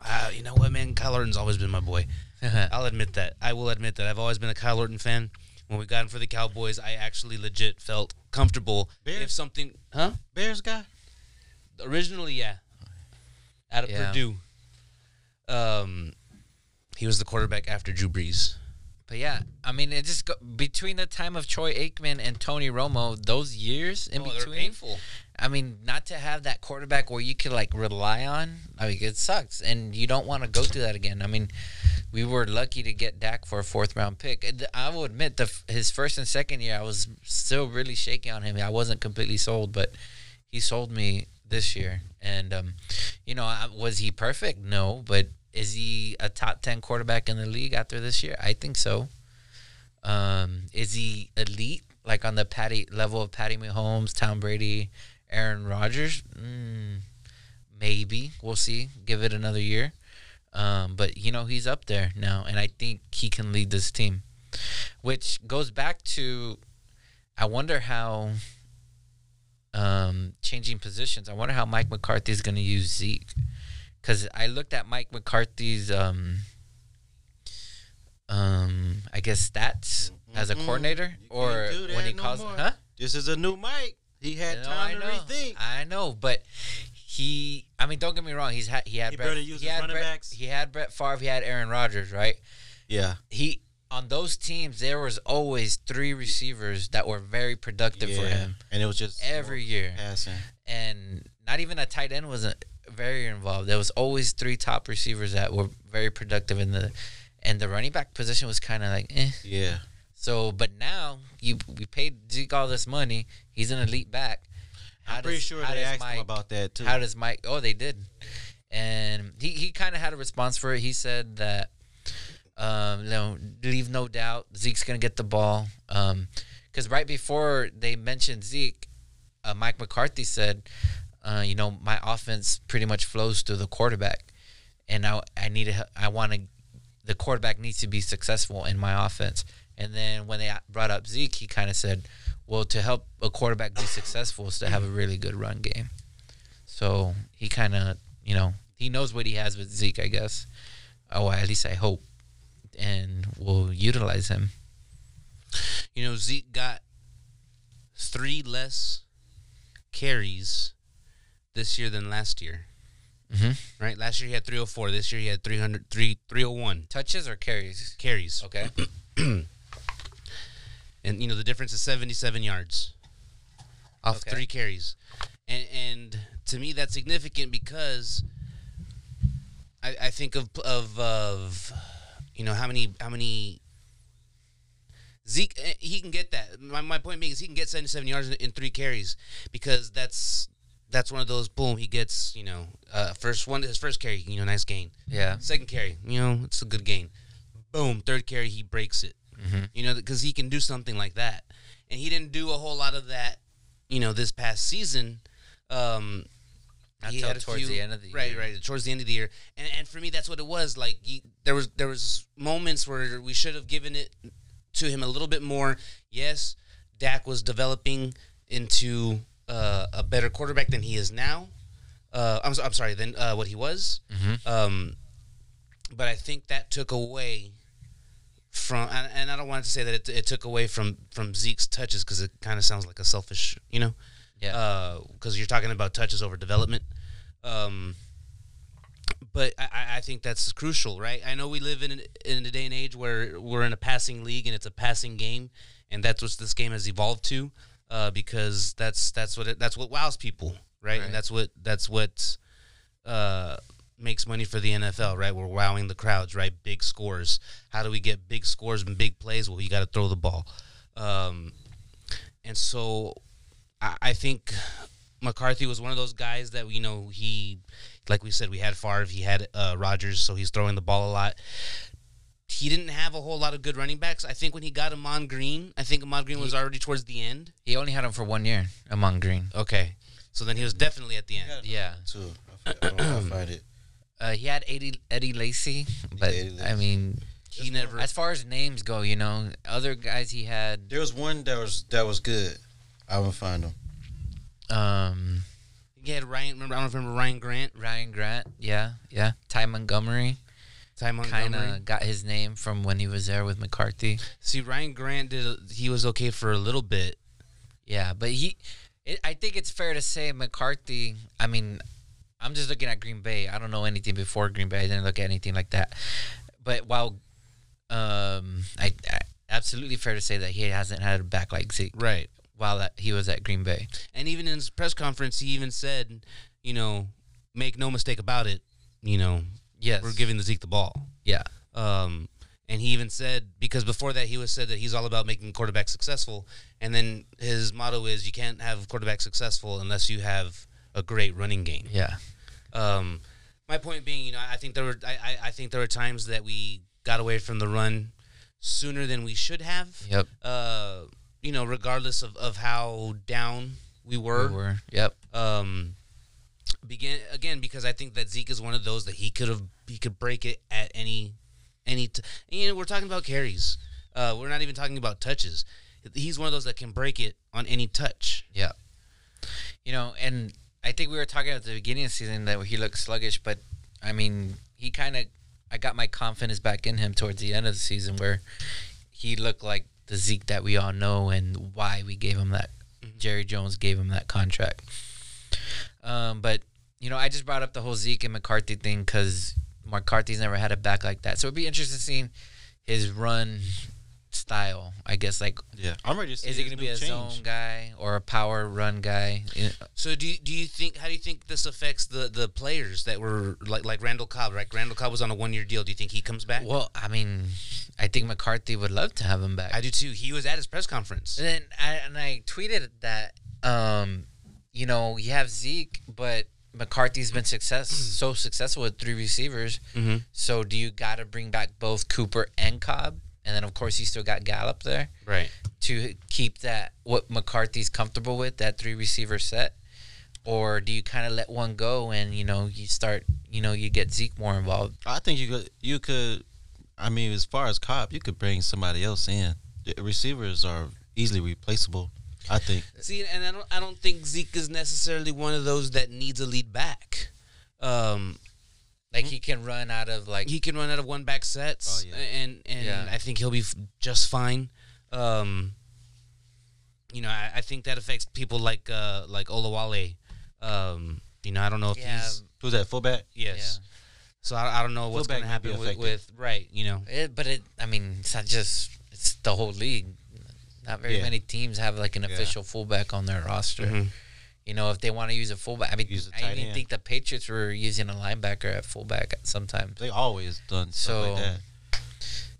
S3: Uh, you know what, man? Kyle Orton's always been my boy. I'll admit that. I will admit that. I've always been a Kyle Orton fan. When we got him for the Cowboys, I actually legit felt comfortable.
S2: Bears?
S3: If something, huh?
S2: Bears guy.
S3: Originally, yeah, out of
S4: Yeah.
S3: Purdue. Um, he was the quarterback after Drew Brees.
S4: But yeah, I mean, it just go, between the time of Troy Aikman and Tony Romo, those years in
S3: Oh, they're
S4: between,
S3: painful.
S4: I mean, not to have that quarterback where you could like rely on, I mean, it sucks, and you don't want to go through that again. I mean, we were lucky to get Dak for a fourth round pick. And I will admit, the f- his first and second year, I was still really shaky on him. I wasn't completely sold, but he sold me this year. And um, you know, I- was he perfect? No, but is he a top ten quarterback in the league after this year? I think so. Um, is he elite, like on the Patty level of Patty Mahomes, Tom Brady, Aaron Rodgers? Mm, maybe we'll see. Give it another year. Um, but you know he's up there now, and I think he can lead this team, which goes back to, I wonder how. Um, changing positions. I wonder how Mike McCarthy is going to use Zeke, because I looked at Mike McCarthy's um, um, I guess stats as a coordinator,
S2: Mm-hmm. You
S4: or
S2: can't do
S4: when
S2: that
S4: he
S2: no
S4: calls,
S2: more.
S4: huh?
S2: This is a new mic. He had
S4: No,
S2: time
S4: I
S2: to
S4: know.
S2: rethink.
S4: I know, but he. I mean, don't get me wrong. He's had he had
S2: He
S4: Brett,
S2: better use
S4: he
S2: his
S4: had
S2: running
S4: Brett-
S2: backs.
S4: He had Brett Favre. He had Aaron Rodgers. Right.
S2: Yeah.
S4: He on those teams there was always three receivers that were very productive for
S2: Yeah.
S4: him
S2: And it was just
S4: every year,
S2: passing.
S4: and not even a tight end wasn't very involved. There was always three top receivers that were very productive in the, and the running back position was kind of like eh.
S2: Yeah.
S4: So, but now you we paid Zeke all this money. He's an elite back. How
S2: I'm pretty
S4: does-
S2: sure
S4: how
S2: they
S4: does
S2: asked
S4: Mike-
S2: him about that too.
S4: How does Mike? Oh, they did, and he he kind of had a response for it. He said that, um, you know, leave no doubt Zeke's gonna get the ball, um, because right before they mentioned Zeke, uh, Mike McCarthy said, uh, you know, my offense pretty much flows through the quarterback, and I I need to, I want to the quarterback needs to be successful in my offense. And then when they brought up Zeke, he kind of said, "Well, to help a quarterback be successful is to have a really good run game." So he kind of, you know, he knows what he has with Zeke, I guess. Oh, at least I hope, and we'll utilize him.
S3: You know, Zeke got three less carries this year than last year.
S4: Mhm.
S3: Right? Last year he had 304. This year he had 300, three- 301
S4: Touches or carries?
S3: carries.
S4: Okay.
S3: And, you know, the difference is 77 yards off
S4: Okay.
S3: three carries. And, and to me, that's significant because I, I think of, of, of, you know, how many, how many. Zeke, eh, he can get that. My, my point being is he can get 77 yards in, in three carries because that's that's one of those boom. He gets you know uh, first one his first carry you know nice gain.
S4: Yeah.
S3: Second carry, you know, it's a good gain. Boom, third carry, he breaks it. You know, because he can do something like that, and he didn't do a whole lot of that. You know, this past season, um, he
S4: Until
S3: had a
S4: towards
S3: few-
S4: the end of the
S3: right,
S4: year.
S3: right, towards the end of the year, and and for me, that's what it was. Like he, there was there was moments where we should have given it to him a little bit more. Yes, Dak was developing into uh, a better quarterback than he is now. Uh, I'm, so- I'm sorry, than uh, what he was.
S4: Mm-hmm.
S3: Um, but I think that took away from, and, and I don't want to say that it, it took away from from Zeke's touches because it kind of sounds like a selfish, you know,
S4: Yeah.
S3: Because Uh, you're talking about touches over development. Um, but I- I, I think that's crucial, right? I know we live in in a day and age where we're in a passing league and it's a passing game, and that's what this game has evolved to, uh, because that's that's what it, that's what wows people, right?
S4: Right.
S3: And that's what that's what uh, makes money for the NFL, right? We're wowing the crowds, right? Big scores. How do we get big scores and big plays? Well, you got to throw the ball, um, and so I, I think McCarthy was one of those guys that you know he, like we said, we had Favre, he had uh, Rodgers, so he's throwing the ball a lot. He didn't have a whole lot of good running backs. I think when he got Amon Green, I think Amon Green was already towards the end.
S4: He only had him for one year among Green.
S3: Okay, so then he was definitely at the end.
S4: Yeah.
S2: Too. I f- I don't know how to find it.
S4: Uh, he had Eddie Eddie Lacy, but
S2: Eddie Lacy.
S4: I mean,
S3: He never.
S4: as far as names go, you know, other guys he had
S2: There was one that was that was good. I will find him.
S4: um
S3: He had Ryan. Remember, I don't remember Ryan Grant.
S4: Ryan Grant, yeah, yeah. Ty Montgomery
S3: Ty Montgomery.
S4: kind of got his name from when he was there with McCarthy.
S3: See, Ryan Grant did. a- He was okay for a little bit.
S4: Yeah, but he, it, I think it's fair to say McCarthy. I mean, I'm just looking at Green Bay. I don't know anything before Green Bay. I didn't look at anything like that. But while, um, I, I absolutely fair to say that he hasn't had a back like Zeke
S3: Right.
S4: while at, he was at Green Bay.
S3: And even in his press conference, he even said, you know, make no mistake about it. You know,
S4: Yes,
S3: we're giving the Zeke the ball.
S4: Yeah,
S3: Um, and he even said because before that he was said that he's all about making quarterbacks successful, and then his motto is you can't have quarterback successful unless you have a great running game.
S4: yeah,
S3: Um, my point being, you know, I think there were I, I, I think there were times that we got away from the run sooner than we should have.
S4: yep.
S3: Uh, you know, regardless of, of how down we
S4: We
S3: were.
S4: were, yep.
S3: Um, begin again because I think that Zeke is one of those that he could have he could break it at any any. T- and, you know, we're talking about carries. Uh, we're not even talking about touches. He's one of those that can break it on any touch.
S4: Yeah. You know, and I think we were talking at the beginning of the season that he looked sluggish, but I mean, he kind of, I got my confidence back in him towards the end of the season where he looked like the Zeke that we all know and why we gave him that. Jerry Jones gave him that contract. Um, but, you know, I just brought up the whole Zeke and McCarthy thing because McCarthy's never had a back like that. So it'd be interesting seeing his run style, I guess, like
S2: Yeah, I'm ready. To see
S4: is he
S2: this
S4: going to be
S2: new
S4: a
S2: change.
S4: zone guy or a power run guy? You know,
S3: So do you, do you think how do you think this affects the the players that were like like Randall Cobb right? Randall Cobb was on a one year deal. Do you think he comes back?
S4: Well, I mean, I think McCarthy would love to have him back.
S3: I do too. He was at his press conference.
S4: and then I, and I tweeted that, um, you know, you have Zeke, but McCarthy's been success so successful with three receivers.
S3: Mhm.
S4: So do you got to bring back both Cooper and Cobb? And then of course you still got Gallup there.
S3: Right.
S4: to keep that what McCarthy's comfortable with that three receiver set, or do you kind of let one go and you know you start you know you get Zeke more involved?
S2: I think you could. You could. I mean, as far as cop, you could bring somebody else in. The receivers are easily replaceable. I think.
S3: See, and I don't, I don't think Zeke is necessarily one of those that needs a lead back. Um,
S4: Like he can run out of like
S3: he can run out of one back sets,
S2: Oh, yeah.
S3: and and
S4: Yeah.
S3: I think he'll be f- just fine. Um, you know, I, I think that affects people like uh, like Olawale. Um, you know, I don't know if
S4: yeah.
S3: he's
S2: Who's that fullback?
S3: yes. So I, I don't know what's
S2: Fullback
S3: going to
S2: could be
S3: happen with,
S2: affected.
S3: with right. You know,
S4: It, but it I mean it's not just it's the whole league. Not very
S2: Yeah. Mm-hmm.
S4: many teams have like an official fullback on their roster. You know, if they want to use a fullback, I mean,
S2: Use a
S4: I
S2: tight
S4: even
S2: end.
S4: think the Patriots were using a linebacker at fullback sometimes.
S2: They always done stuff
S4: So-
S2: like that.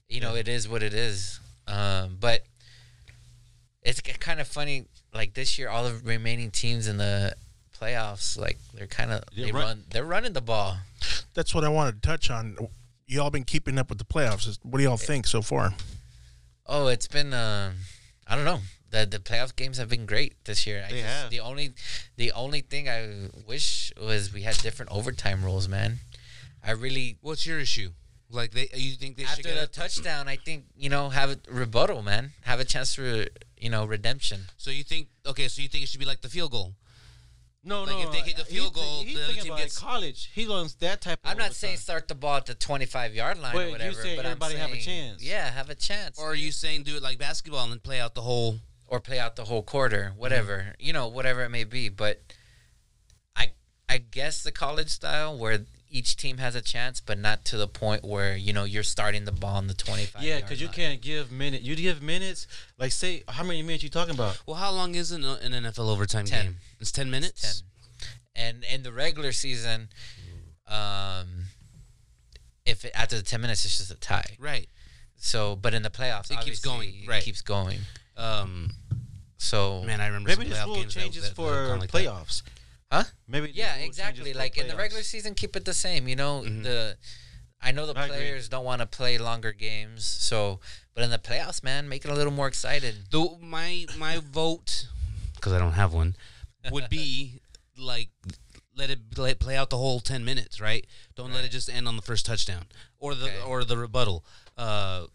S4: you know, it is what it is. Um, but it's kind of funny. Like this year, all the remaining teams in the playoffs, like they're kind of
S2: Yeah,
S4: they
S2: right.
S4: run, they're running the ball.
S1: That's what I wanted to touch on. Y'all been keeping up with the playoffs. What do y'all think so far?
S4: Oh, it's been, um I don't know. The the playoff games have been great this year. I
S2: They have.
S4: The only the only thing I wish was we had different overtime rules, man. I really
S3: what's your issue? Like they, you think they should
S4: after
S3: get
S4: the
S3: a-
S4: touchdown, I think you know have a rebuttal, man. Have a chance for you know redemption.
S3: So you think okay? So you think it should be like the field goal?
S2: No,
S3: Like, if they hit the
S2: he
S3: field
S2: thi-
S3: goal,
S2: he
S3: the other
S2: thinking
S3: team
S2: about
S3: gets-
S2: college. He learns that type. of
S4: I'm not saying
S2: overtime.
S4: start the ball at the 25 yard line
S2: But
S4: or
S2: you
S4: whatever.
S2: said
S4: but
S2: everybody
S4: I'm
S2: have a
S4: saying,
S2: chance.
S4: Yeah, have a chance.
S3: Or
S4: Or
S3: are you saying do it like basketball and play out the whole?
S4: or play out the whole quarter,
S2: Mm-hmm.
S4: whatever you know, whatever it may be. But I I guess the college style where each team has a chance, but not to the point where you know you're starting the ball on the 25.
S2: Yeah,
S4: yard
S2: because you
S4: line.
S2: can't give minutes. You give minutes. Like, say how many minutes you talking about?
S3: Well, how long is an, an NFL overtime
S4: Ten.
S3: game? It's ten minutes.
S4: Ten. And in the regular season, um, if it, after the 10 minutes it's just a tie.
S3: Right.
S4: So, but in the playoffs,
S3: It keeps
S4: obviously,
S3: going,
S4: It
S3: right.
S4: keeps going.
S3: Um,
S4: So
S3: man, I remember
S2: Maybe
S3: some
S2: this
S3: playoff
S2: rule
S3: games that-
S2: changes
S3: that- that
S2: for
S3: gone like that.
S2: playoffs.
S4: Huh?
S2: Maybe. this
S4: Yeah,
S2: rule changes
S4: exactly.
S2: for
S4: Like in the
S2: playoffs.
S4: regular season, keep it the same. You know, the I know the
S2: I agree.
S4: players don't want to play longer games, so but in the playoffs, man, make it a little more excited.
S3: The my my vote because I don't have one would be like let it let it play out the whole ten minutes. Right. Don't let it just end on the first touchdown or the
S4: Okay.
S3: or the rebuttal. Uh,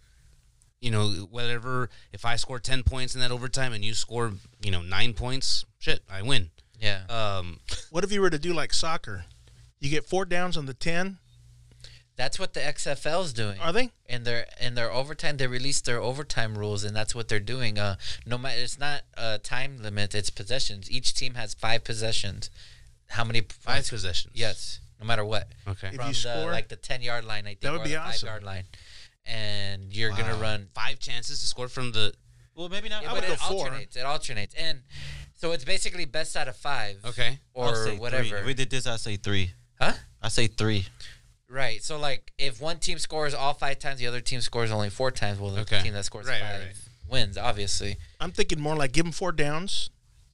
S3: you know, whatever. If I score ten points in that overtime and you score, you know, nine points, shit, I win.
S4: Yeah.
S3: Um,
S1: What if you were to do like soccer? You get four downs on the ten.
S4: That's what the XFL's doing.
S1: Are they?
S4: in their in their overtime they released their overtime rules and that's what they're doing uh no matter it's not a time limit it's possessions each team has five possessions how many
S3: five possessions.
S4: yes no matter what
S3: Okay.
S1: If
S4: from
S1: you
S4: the,
S1: score-
S4: like the 10 yard line i think
S1: That would
S4: or
S1: be
S4: the
S1: awesome.
S4: 5 yard line and you're going to run
S3: Five chances to score from the.
S2: Well, maybe not.
S4: Yeah,
S2: I
S4: but
S2: would go
S4: it
S2: four.
S4: alternates it alternates and so it's basically best out of 5
S3: Okay.
S2: I'll
S4: or
S2: say three.
S4: whatever
S2: If we did this, I say three.
S4: huh
S2: I say three.
S4: Right. So like if one team scores all five times, the other team scores only four times, well the
S3: Okay.
S4: team that scores
S3: Right, right,
S4: five
S3: right.
S4: wins, obviously.
S1: I'm thinking more like give them four downs.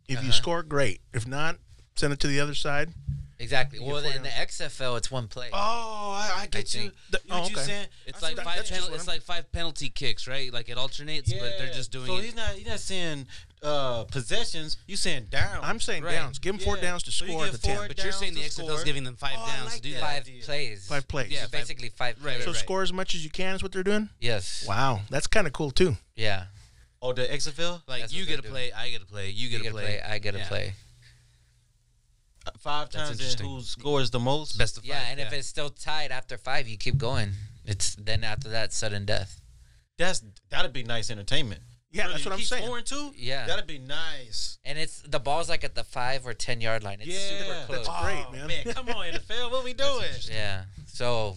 S1: If you
S4: Uh-huh.
S1: score, great. If not, send it to the other side.
S4: Exactly.
S1: You
S4: Well
S1: get four
S4: in the XFL it's one play.
S2: Oh, I, I get
S4: think-
S1: The-
S2: You know
S1: oh, okay.
S3: It's
S2: I
S3: like
S2: see what
S3: five.
S2: you're saying.
S3: Penal, it's like five penalty kicks, right? Like it alternates, but they're just doing
S2: So
S3: it.
S2: he's not. He's not saying uh, possessions. You saying down.
S1: I'm saying
S3: Right.
S1: downs. Give them four
S2: Yeah.
S1: downs to
S2: So you
S1: score at
S2: get
S1: the
S2: four
S1: ten.
S3: but you're
S2: downs
S3: saying the
S2: to
S3: XFL's
S2: score.
S3: giving them five
S2: Oh, I
S3: downs
S2: like
S3: to do
S2: that.
S3: that.
S4: Five
S2: idea.
S4: plays.
S1: Five plays.
S4: So
S3: Yeah, five-
S4: basically five
S3: Right,
S4: plays.
S1: So
S3: right.
S1: score as much as you can is what they're doing.
S4: Yes.
S1: Wow, that's kind of cool too.
S4: Yeah.
S2: Oh, the XFL
S3: Like
S4: That's
S3: you
S4: what
S3: get to
S4: they're
S3: play, I get to play, you
S4: You
S3: get to
S4: gotta play.
S3: play.
S4: I gotta
S3: Yeah.
S4: play.
S2: five
S3: That's
S2: times. And
S3: interesting.
S2: who scores the most?
S3: Best of five.
S4: Yeah, and if it's still tied after five, you keep going. It's then after that sudden death.
S2: That's that'd be nice entertainment.
S1: Yeah,
S2: Really,
S1: that's
S2: you
S1: what I'm
S2: keep
S1: saying.
S2: Scoring two.
S4: Yeah.
S2: that'd be nice.
S4: And it's the ball's like at the five or ten yard line. It's super
S2: yeah,
S4: close.
S1: great,
S2: Oh,
S1: man.
S2: Come on, NFL. What we doing?
S4: Yeah. So,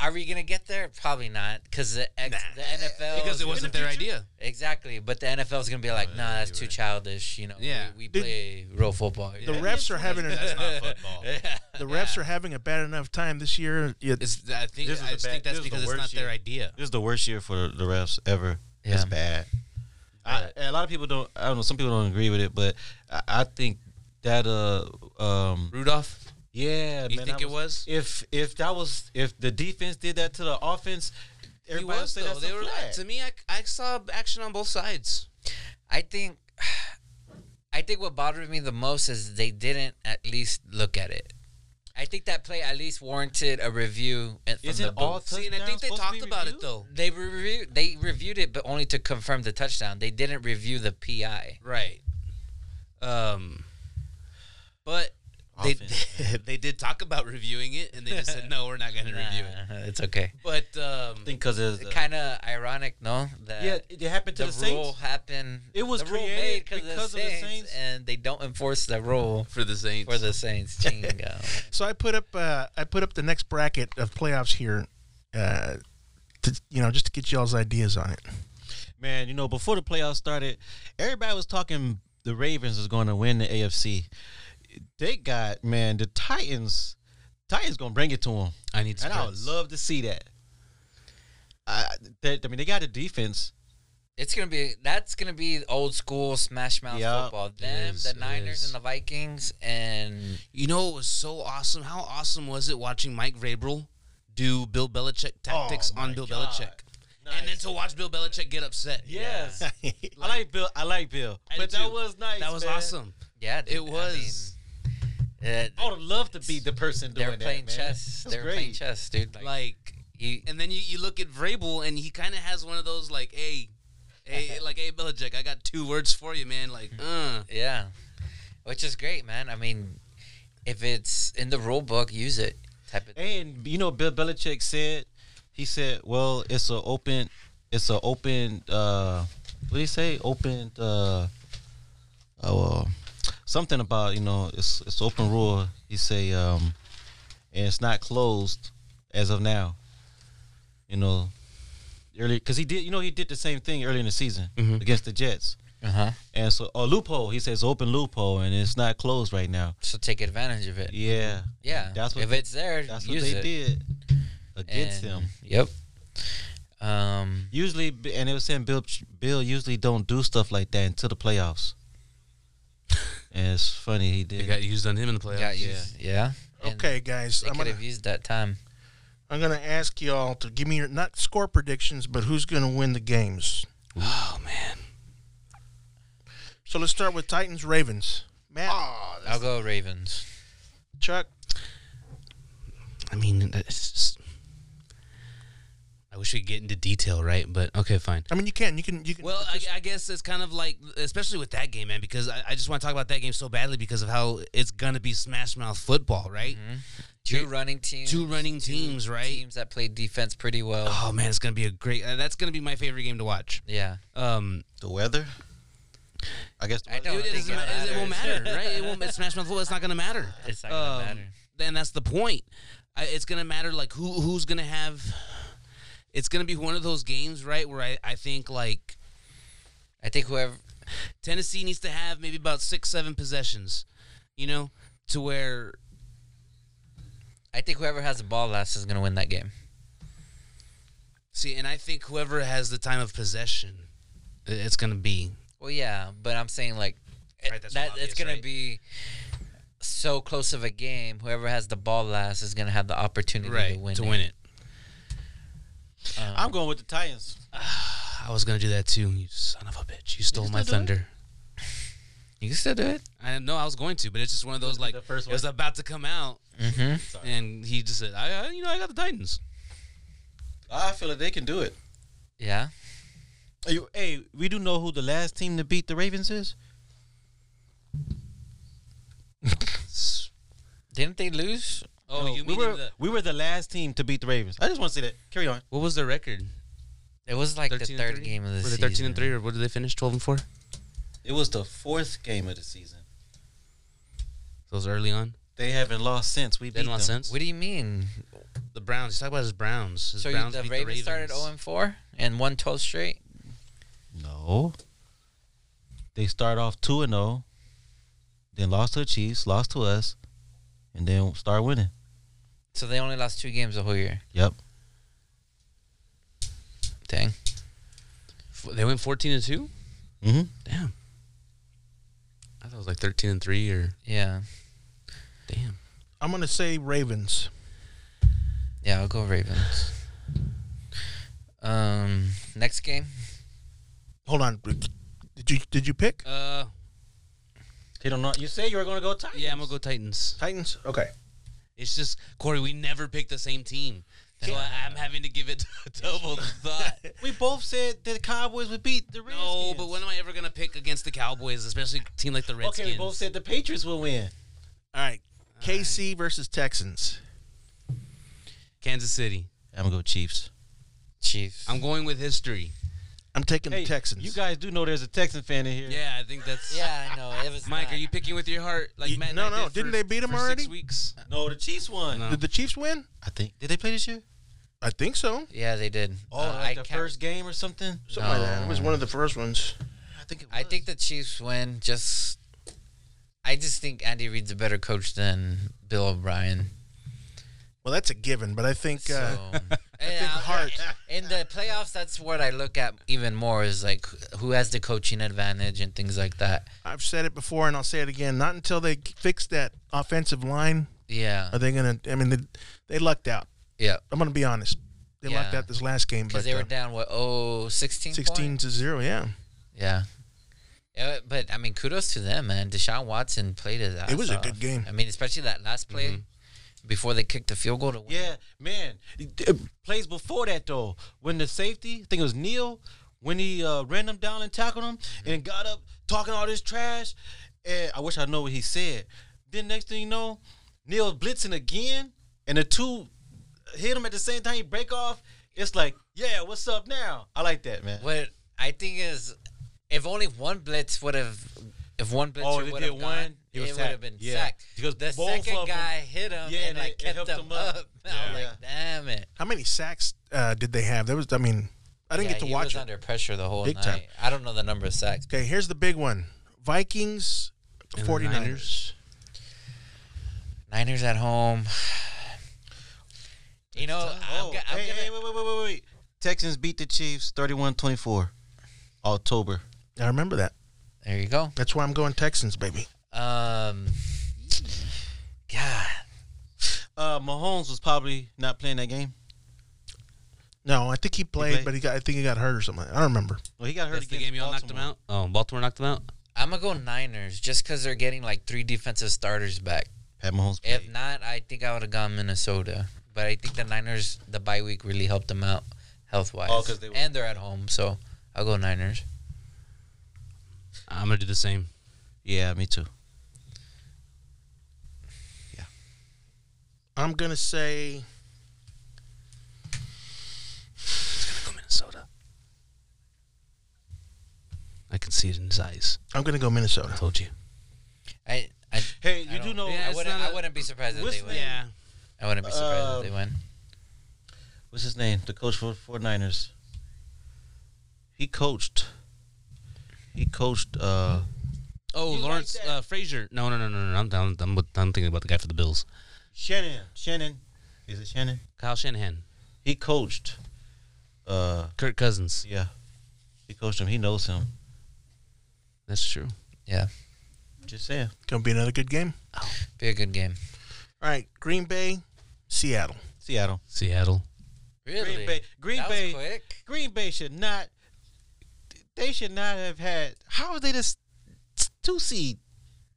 S4: are we gonna get there? Probably not, because the ex- the NFL
S3: because it wasn't their idea.
S4: exactly. But the NFL is gonna be like, nah, that's too childish. You know.
S3: Yeah.
S4: We, we
S1: Dude.
S4: play real football.
S1: The
S4: Yeah.
S1: refs are having a,
S3: That's not football.
S1: the refs are having a bad enough time this year. Yeah,
S3: It's, I think I
S2: This is the
S3: just
S2: bad-
S3: think
S2: this is
S3: that's
S2: the
S3: because it's
S2: worst
S3: not their
S2: year.
S3: idea.
S2: This is the worst year for the refs ever.
S4: Yeah.
S2: It's bad. I, a lot of people don't. I don't know. Some people don't agree with it, but I, I think that uh um
S3: Rudolph,
S2: yeah.
S3: You
S2: man,
S3: think
S2: I
S3: it was?
S2: If if that was if the defense did that to the offense,
S3: he
S2: everybody would
S3: was
S2: say
S3: though.
S2: that's a
S3: They were
S2: flag.
S3: to me. I, I saw action on both sides.
S4: I think. I think what bothered me the most is they didn't at least look at it. I think that play at least warranted a review. and- From
S2: Is
S4: the
S2: it all?
S4: booth.
S3: See, and I
S2: touchdowns
S3: think they
S2: supposed to be
S3: talked about it
S2: reviewed?
S3: though.
S4: They reviewed. They reviewed it, but only to confirm the touchdown. They didn't review the PI.
S3: Right. Um, but they they did talk about reviewing it, and they just said no, we're not going to review it.
S4: Nah, it's okay.
S3: But um,
S2: I think because it's
S4: kind of ironic, no? That
S2: yeah, it happened to
S4: the,
S2: the,
S4: rule
S2: Saints.
S4: happened.
S2: It was
S4: the rule
S2: created
S4: made because
S2: because of
S4: of,
S2: the
S4: the Saints,
S2: Saints.
S4: and they don't enforce the rule
S3: for the Saints,
S4: for the Saints. Chingo.
S1: So I put up uh, I put up the next bracket of playoffs here, uh, to you know just to get y'all's ideas on it.
S2: Man, you know, before the playoffs started, everybody was talking the Ravens was going to win the AFC. They got man the Titans. Titans gonna bring it to them,
S3: I need to.
S2: and I would love to see that. I, they, I mean, they got a defense.
S4: it's gonna be that's gonna be old school smash mouth
S2: Yeah,
S4: football.
S2: it
S4: Them,
S2: is,
S4: the
S2: it
S4: Niners,
S2: is.
S4: and the Vikings, and
S3: You know, it was so awesome. How awesome was it watching Mike Vrabel do Bill Belichick tactics
S2: Oh my
S3: on Bill
S2: God.
S3: Belichick, and then to watch Bill Belichick get upset?
S2: Yes, I like Bill. I like Bill,
S3: I
S2: but
S3: do
S2: that
S3: too.
S2: was nice.
S3: that was
S2: man.
S3: awesome.
S4: yeah, dude, I
S3: It was
S4: mean, uh,
S2: I would love to be the person doing
S4: they're
S2: that.
S4: playing
S2: man.
S4: chess.
S2: That's
S4: They're
S2: great.
S4: playing chess, dude. Like,
S3: like,
S4: you,
S3: and then you, you look at Vrabel, and he kind of has one of those like, hey, hey, like, hey, Belichick, I got two words for you, man. Like, uh.
S4: yeah, which is great, man. I mean, if it's in the rule book, use it. Type of
S2: And you know, Bill Belichick said, he said, "Well, it's a open, it's a open. uh What do you say? Open. uh Oh, well, something about you know, it's it's open rule. He say, um and it's not closed as of now. You know, early because he did. You know, he did the same thing early in the season
S4: Mm-hmm.
S2: against the Jets."
S4: Uh huh.
S2: And so a loophole, he says open loophole, and it's not closed right now.
S4: So take advantage of it.
S2: Yeah,
S4: Yeah.
S2: That's what
S4: if it's there,
S2: that's what
S4: use
S2: they
S4: it.
S2: did against
S4: And-
S2: him.
S4: Yep. Um.
S2: Usually, and it was saying Bill Bill usually don't do stuff like that until the playoffs. and it's funny he
S3: It
S2: did.
S3: got used on him in the playoffs.
S4: Yeah. Used, yeah. And
S1: Okay, guys,
S4: They
S1: I'm
S4: could
S1: gonna
S4: have used that time.
S1: I'm gonna ask y'all to give me your not score predictions, but who's gonna win the games?
S3: Oh man.
S1: So let's start with Titans Ravens. Matt,
S4: I'll go Ravens.
S1: Chuck,
S3: I mean, it's just, I wish we could get into detail, right? But okay, fine.
S1: I mean, you can, you can, you can.
S3: Well, I, I guess it's kind of like, especially with that game, man, because I, I just want to talk about that game so badly because of how it's gonna be Smash Mouth football, right?
S4: Two running Ah. teams.
S3: Mm-hmm. Two running teams, right?
S4: Teams that play defense pretty well.
S3: Oh man, it's gonna be a great. Uh, that's gonna be my favorite game to watch.
S4: Yeah.
S3: Um,
S2: The weather? I guess.
S4: I don't
S3: it,
S4: think
S3: doesn't
S4: uh, it
S3: ma- it, won't
S4: matters.
S3: matter, right? It won't. It's Smash Mouth football. It's not gonna matter. Um,
S4: It's not gonna matter.
S3: Then that's the point. I, it's gonna matter like who who's gonna have. It's gonna be one of those games, right? Where I, I think like
S4: I think whoever
S3: Tennessee needs to have maybe about six seven possessions, you know, to where
S4: I think whoever has the ball last is gonna win that game.
S3: see, and I think whoever has the time of possession, i- it's gonna be
S4: Well, yeah, but I'm saying like
S3: Right, that's
S4: it- that
S3: obvious,
S4: it's gonna
S3: right?
S4: be so close of a game. Whoever has the ball last is gonna have the opportunity to win.
S3: to win it.
S2: I'm going with the Titans.
S3: I was gonna do that too. You son of a bitch! You stole
S2: can
S3: my
S2: still do it?
S3: thunder.
S4: You can still do it.
S3: I know I was going to, but it's just one of those like
S2: The first
S3: it was
S2: one?
S3: about to come out,
S4: Mhm.
S3: and he just said, "I, I you know, I got the Titans."
S2: I feel like they can do it.
S4: Yeah.
S2: Hey, you- Hey, we do know who the last team to beat the Ravens is.
S4: Didn't they lose?
S3: Oh,
S2: No,
S3: you
S2: we
S3: mean
S2: were
S3: the,
S2: we were the last team to beat the Ravens. I just want to say that. Carry on.
S3: what was their record?
S4: It was like the
S3: 13 and
S4: third
S3: three?
S4: game of the
S3: were they
S4: season.
S3: thirteen and three, or what did they finish? Twelve and four. So
S2: It was the fourth game of the season.
S3: it was early on.
S2: They haven't lost since we beat
S3: That
S2: them.
S3: lost sense.
S4: What do you mean?
S3: The Browns. He's talking about his Browns. His
S4: so you,
S3: Browns
S4: the
S3: beat
S4: Ravens started 0 and 4 and won 12 straight.
S2: No. They start off two and zero, then lost to the Chiefs, lost to us, and then start winning.
S4: So they only lost two games the whole year.
S2: Yep.
S4: Dang.
S3: F- They went fourteen and two.
S2: Mm-hmm.
S3: Damn. I thought it was like thirteen and three, or
S4: Yeah.
S3: damn.
S1: I'm gonna say Ravens.
S4: Yeah, I'll go Ravens. Um, next game.
S1: Hold on, did you did you pick
S3: Uh,
S2: They don't know. You say you were going to go Titans.
S3: yeah, I'm gonna go Titans.
S1: Titans? Okay.
S3: It's just Corey. We never pick the same team, so I, I'm having to give it double thought.
S2: We both said that the Cowboys would beat the Redskins.
S3: No, but when am I ever gonna pick against the Cowboys, especially a team like the Redskins?
S2: okay, we both said the Patriots will win.
S1: All right. KC versus Texans.
S3: Kansas City.
S2: I'm gonna go Chiefs.
S4: Chiefs.
S3: I'm going with history.
S1: I'm taking the Texans.
S2: You guys do know there's a Texan fan in here.
S3: Yeah, I think that's.
S4: yeah, I know. It was
S3: Mike,
S4: not-
S3: are you picking with your heart? Like
S1: You-
S3: Matt? and
S1: no,
S3: I
S1: no,
S3: did for-
S1: didn't they beat 'em
S3: for
S1: already?
S3: Six weeks.
S2: No, the Chiefs won.
S3: No.
S1: Did the Chiefs win?
S2: I think. Did they play this year?
S1: I think so.
S4: Yeah, they did.
S2: Oh,
S4: Uh,
S2: like the
S4: I can't-
S2: first game or something.
S1: Something like that. It was one of the first ones.
S2: I think. It
S4: I think the Chiefs win. Just, I just think Andy Reid's a better coach than Bill O'Brien.
S1: Well, that's a given, but I think
S4: So,
S1: uh,
S4: Yeah, I-
S1: heart.
S4: in the playoffs, that's what I look at even more is like who has the coaching advantage and things like that.
S1: I've said it before and I'll say it again. Not until they fix that offensive line
S4: Yeah,
S1: are they going to. I mean, they, they lucked out.
S4: yeah,
S1: I'm going to be honest. They lucked
S4: Yeah.
S1: out this last game, but
S4: because they were
S1: uh,
S4: down what oh 16
S1: 16
S4: points?
S1: to 0. Yeah.
S4: Yeah. Yeah, but I mean, kudos to them, man. Deshaun Watson played his ass
S1: It was a
S4: off.
S1: good game. Mm-hmm.
S4: I mean, especially that last play before they kicked the field goal to win.
S2: Yeah, man. It- it- Plays before that though, when the safety, I think it was Neil, when he uh, ran him down and tackled him, and
S3: Mm-hmm.
S2: got up talking all this trash. And I wish I know what he said. Then next thing you know, Neil blitzing again, and the two hit him at the same time. He break off. It's like, yeah, what's up now? I like that, man.
S4: What I think is, if only one blitz would have, if one blitz
S2: Oh,
S4: oh,
S2: they
S4: would
S2: did one,
S4: have gone,
S2: he
S4: it
S2: was
S4: would
S2: sacked.
S4: have been
S2: Yeah.
S4: sacked.
S2: Because
S4: the
S2: both of 'em-
S4: second guy hit him
S2: Yeah,
S4: and
S2: they-
S4: like
S2: it
S4: kept
S2: helped
S4: him
S2: him
S4: up.
S2: up.
S4: I was
S2: Yeah.
S4: like, damn it!
S1: How many sacks uh, did they have? There was, I mean, I didn't
S4: yeah,
S1: get to
S4: he
S1: watch
S4: was
S1: it.
S4: under pressure the whole
S1: Big
S4: night.
S1: time.
S4: I don't know the number of sacks.
S1: Okay, here's the big one Vikings,
S3: And the
S1: 49ers.
S3: Niners.
S4: Niners at home. You know, I'm,
S2: Oh,
S4: go- I'm
S2: hey,
S4: gonna.
S2: hey, wait, wait, wait, wait, wait. Texans beat the Chiefs 31-24. October.
S1: I remember that.
S4: There you go.
S1: That's why I'm going Texans, baby.
S4: Um, God,
S2: Uh, Mahomes was probably not playing that game.
S1: No, I think he played,
S2: played?
S1: but he got. I think he got hurt or something. I don't remember.
S2: Well, he got hurt
S3: That's the
S2: against
S3: game y'all knocked them
S2: Baltimore.
S3: out. Oh, Baltimore knocked them out.
S4: I'm gonna go Niners just because they're getting like three defensive starters back.
S2: Pat Mahomes.
S4: If not, I think I would have gone Minnesota. But I think the Niners, the bye week really helped them out, health wise.
S2: Oh, 'cause they were-
S4: and they're at home, so I'll go Niners.
S3: I'm gonna do the same.
S2: Yeah, me too.
S1: I'm gonna say
S3: Go Minnesota. I can see it in his eyes.
S1: I'm gonna go
S3: I
S1: Minnesota.
S3: told you.
S4: I, I,
S2: Hey,
S4: I
S2: you do
S4: don't-
S2: know
S4: I
S3: it's
S4: wouldn't.
S3: not
S4: I
S3: a-
S4: wouldn't be surprised if
S2: what's
S4: they
S2: the-
S4: win. I wouldn't be surprised if
S2: Um,
S4: they win.
S2: what's his name? The coach for for Niners. He coached. He coached. uh
S3: Oh,
S2: You like
S3: Lawrence
S2: that.
S3: uh, Frazier. No, no, no, no, no. I'm down. I'm, with- I'm thinking about the guy for the Bills,
S2: Shannon. Shannon. Is it Shannon?
S3: Kyle Shanahan,
S2: He coached. Uh,
S3: Kirk Cousins.
S2: yeah, he coached him. He knows him.
S3: That's true.
S4: Yeah,
S2: Just saying.
S1: Gonna be another good game.
S4: be a good game.
S1: All right, Green Bay, Seattle.
S2: Seattle.
S3: Seattle.
S4: Really,
S2: Green Bay. Green
S4: that
S2: Bay.
S4: was quick.
S2: Green Bay should not. They should not have had. How are they this two seed?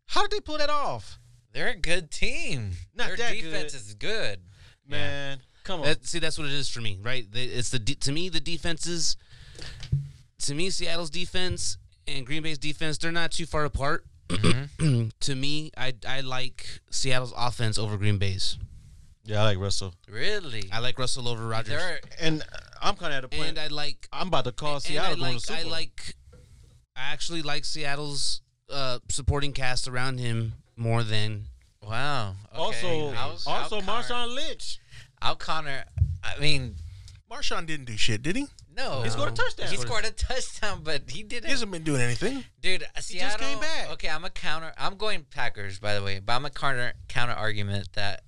S2: How did they pull that off?
S4: They're a good team.
S2: Not
S4: Their
S2: that
S4: defense
S2: good.
S4: is good.
S2: Man, come on.
S3: That, see, that's what it is for me, right? They, it's the de- to me the defenses. To me, Seattle's defense and Green Bay's defense, they're not too far apart.
S2: Mm-hmm.
S3: to me, I I like Seattle's offense over Green Bay's.
S2: yeah, I like Russell.
S4: Really,
S3: I like Russell over Rodgers,
S4: they're
S2: And I'm kind of at a point.
S3: and I like
S2: I'm about to call
S3: and
S2: Seattle
S3: I like
S2: going to Super
S3: I
S2: Bowl.
S3: like I actually like Seattle's uh, supporting cast around him more than
S4: wow. Okay.
S2: also,
S4: I was- I'll
S2: also
S4: counter-
S2: Marshawn Lynch.
S4: Al Connor, I mean,
S1: Marshawn didn't do shit, did he?
S4: no.
S2: He scored a touchdown.
S4: He scored a touchdown, but he didn't.
S1: He hasn't been doing anything.
S4: Dude, uh, Seattle.
S2: came back.
S4: Okay, I'm a counter. I'm going Packers, by the way, but I'm a counter counter argument that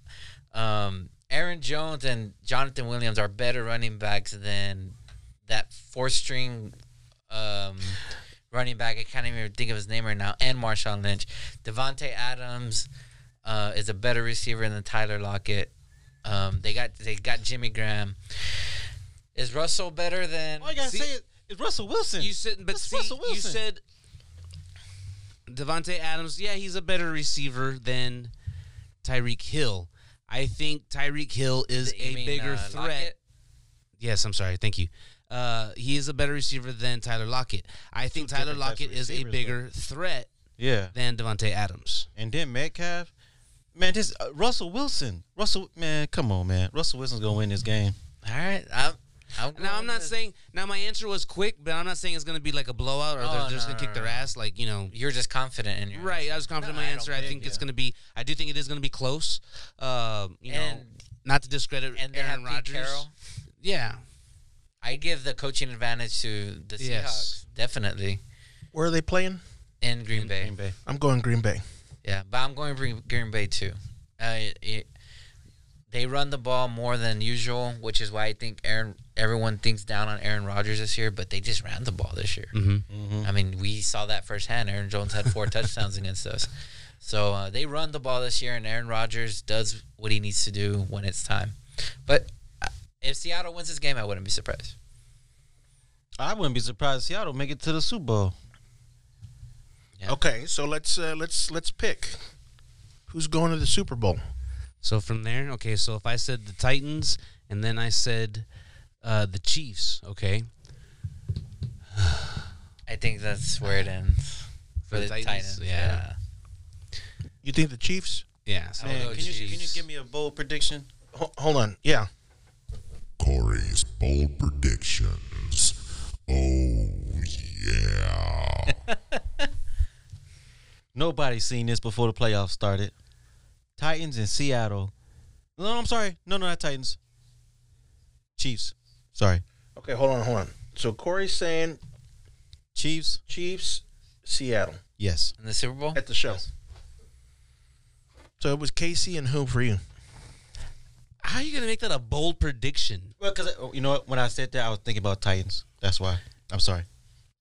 S4: um, Aaron Jones and Jonathan Williams are better running backs than that four string um, running back. I can't even think of his name right now. And Marshawn Lynch, Devonte Adams uh, is a better receiver than Tyler Lockett. Um, they got they got Jimmy Graham. Is Russell better than?
S2: All you gotta
S3: See-
S2: say is, is Russell Wilson.
S3: You said, but
S2: That's
S3: see,
S2: Russell
S3: you
S2: Wilson.
S3: said Devonte Adams. Yeah, he's a better receiver than Tyreek Hill. I think Tyreek Hill is
S4: You
S3: a
S4: mean,
S3: bigger
S4: uh,
S3: threat.
S4: Lockett?
S3: Yes, I'm sorry. Thank you. Uh, he is a better receiver than Tyler Lockett. I think
S2: Two
S3: Tyler
S2: different types of
S3: Lockett is a
S2: receivers,
S3: bigger threat
S2: yeah.
S3: than Devonte Adams.
S2: And then Metcalf. Man, this uh, Russell Wilson. Russell, man, come on, man. Russell Wilson's gonna win this game.
S4: All right, I'm. I'm
S3: Now I'm
S4: going
S3: not
S4: with-
S3: saying. Now my answer was quick, but I'm not saying it's going to be like a blowout or
S4: Oh,
S3: they're just going
S4: no, no,
S3: to kick their
S4: no.
S3: ass. Like you know,
S4: You're just confident in your
S3: Right, I was confident
S4: No,
S3: in my
S4: I don't
S3: answer. I think
S4: think,
S3: it's
S4: yeah.
S3: going to be. I do think it is going to be close. Um, you know,
S4: And-
S3: not to discredit
S4: And they
S3: Aaron
S4: have Pete
S3: Rodgers.
S4: Carroll.
S3: Yeah,
S4: I give the coaching advantage to the Seahawks,
S3: Yes.
S4: definitely.
S1: Where are they playing?
S4: And Green Bay,
S2: Green Bay.
S1: I'm going Green Bay.
S4: yeah. But I'm going Green, Green Bay too. Uh, it, they run the ball more than usual, which is why I think Aaron. Everyone thinks down on Aaron Rodgers this year, but they just ran the ball this year.
S2: Mm-hmm.
S4: I mean, we saw that firsthand. Aaron Jones had four touchdowns against us. So uh, they run the ball this year, and Aaron Rodgers does what he needs to do when it's time. But uh, if Seattle wins this game, I wouldn't be surprised.
S2: I wouldn't be surprised if Seattle make it to the Super Bowl.
S4: Yeah.
S1: Okay, so let's uh, let's let's pick who's going to the Super Bowl.
S3: So from there, okay. So if I said the Titans and then I said uh, the Chiefs, okay,
S4: I think that's where it ends for, the Titans.
S3: yeah,
S4: yeah.
S1: You think the Chiefs?
S3: yeah. So
S4: Man, Oh,
S2: can, you, can you
S4: jeez.
S2: give me a bold prediction?
S1: Ho- hold on, yeah.
S5: Corey's bold predictions. Oh, yeah.
S2: Nobody's seen this before the playoffs started. Titans and Seattle. No, I'm sorry. No, no, not Titans. Chiefs. Sorry.
S1: Okay, hold on, hold on. So Corey's saying
S2: Chiefs.
S1: Chiefs, Seattle
S2: Yes.
S4: In the Super Bowl?
S1: at the show. So it was Casey and who for you?
S3: how are you going to make that a bold prediction?
S2: Well, because you know what? When I said that, I was thinking about Titans. That's why. I'm sorry.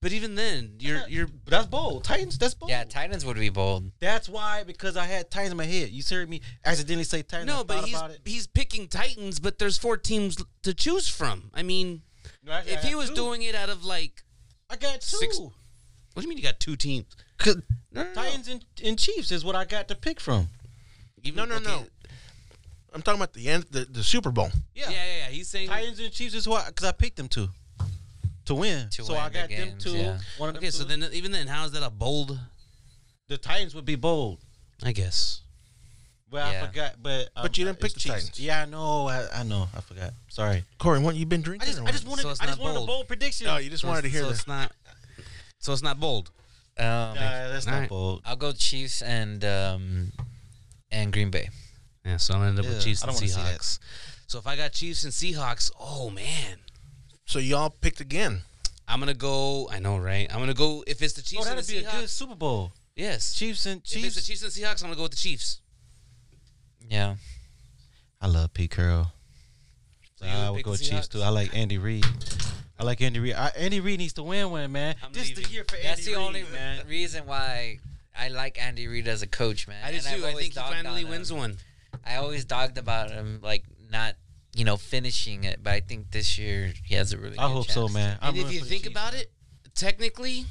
S3: But even then, you're you're
S2: But that's bold. Titans. That's bold.
S4: Yeah, Titans would be bold.
S2: That's why because I had Titans in my head. You heard me accidentally say Titans. I
S3: no, but
S2: thought
S3: he's
S2: about it.
S3: he's picking Titans, but there's four teams to choose from. I mean,
S2: No, I- I
S3: if he
S2: had
S3: was
S2: two.
S3: doing it out of like,
S2: I got two.
S3: six- what do you mean you got two teams? No, no, no.
S2: Titans and, and Chiefs is what I got to pick from.
S3: Even-
S1: No, no,
S3: okay,
S1: no. I'm talking about the end, the, the Super Bowl.
S2: Yeah.
S3: yeah, yeah, yeah. He's saying
S2: Titans and Chiefs is why because I picked them to to win.
S4: To
S2: so
S4: win
S2: I
S4: the
S2: got them
S4: games,
S2: two.
S4: yeah.
S2: One of them
S3: Okay, so
S2: two.
S3: then even then, how is that a bold?
S2: the Titans would be bold.
S3: I guess.
S2: Well, I
S4: Yeah.
S2: forgot, but um,
S1: But you didn't
S2: it's
S1: pick the Titans.
S2: Yeah, I know. I, I know. I forgot. Sorry.
S1: Corey, what you been
S2: I
S1: drinking?
S2: just
S1: or
S2: I just
S1: what?
S2: wanted
S3: So it's
S2: I just
S3: not
S2: wanted a
S3: bold.
S2: bold prediction.
S1: Oh, you just wanted to hear
S3: so
S1: this.
S3: it's not. So it's not bold.
S4: Um,
S2: Nah, that's not
S3: Alright.
S2: bold.
S4: I'll go Chiefs and um, and Green Bay.
S3: Yeah, so I'm gonna end up
S2: Ew,
S3: with Chiefs
S2: I
S3: and
S2: don't wanna see that.
S3: Seahawks. So if I got Chiefs and Seahawks, oh man,
S1: So y'all picked again.
S3: I'm gonna go. I know, right? I'm gonna go. If it's the
S2: Oh,
S3: Chiefs and the
S2: that'd be a good
S3: Seahawks,
S2: Super Bowl.
S3: yes.
S2: Chiefs and
S3: If it's the
S2: Chiefs.
S3: Chiefs and Seahawks, I'm gonna go with the Chiefs.
S4: Yeah.
S2: I love Pete Carroll.
S3: So you would
S2: I would
S3: pick
S2: go
S3: the
S2: Chiefs
S3: Seahawks?
S2: too. I like Andy Reid. I like Andy Reid. I, Andy Reid needs to win one, man.
S3: I'm
S2: this is the
S3: leaving.
S2: year for Andy
S4: That's the
S2: Reid,
S4: only
S2: man.
S4: reason why I like Andy Reid as a coach, man.
S3: I did
S4: And I've
S3: too. I
S4: always
S3: think he
S4: dogged
S3: finally
S4: on
S3: wins
S4: him.
S3: one.
S4: I always dogged about him, like not, you know, finishing it. But I think this year he has a really.
S2: I
S4: good
S2: hope so,
S4: chance.
S2: man. I'm
S3: and if
S2: rooting
S3: you
S2: for the
S3: think
S2: Chiefs,
S3: about
S2: man.
S3: it, technically,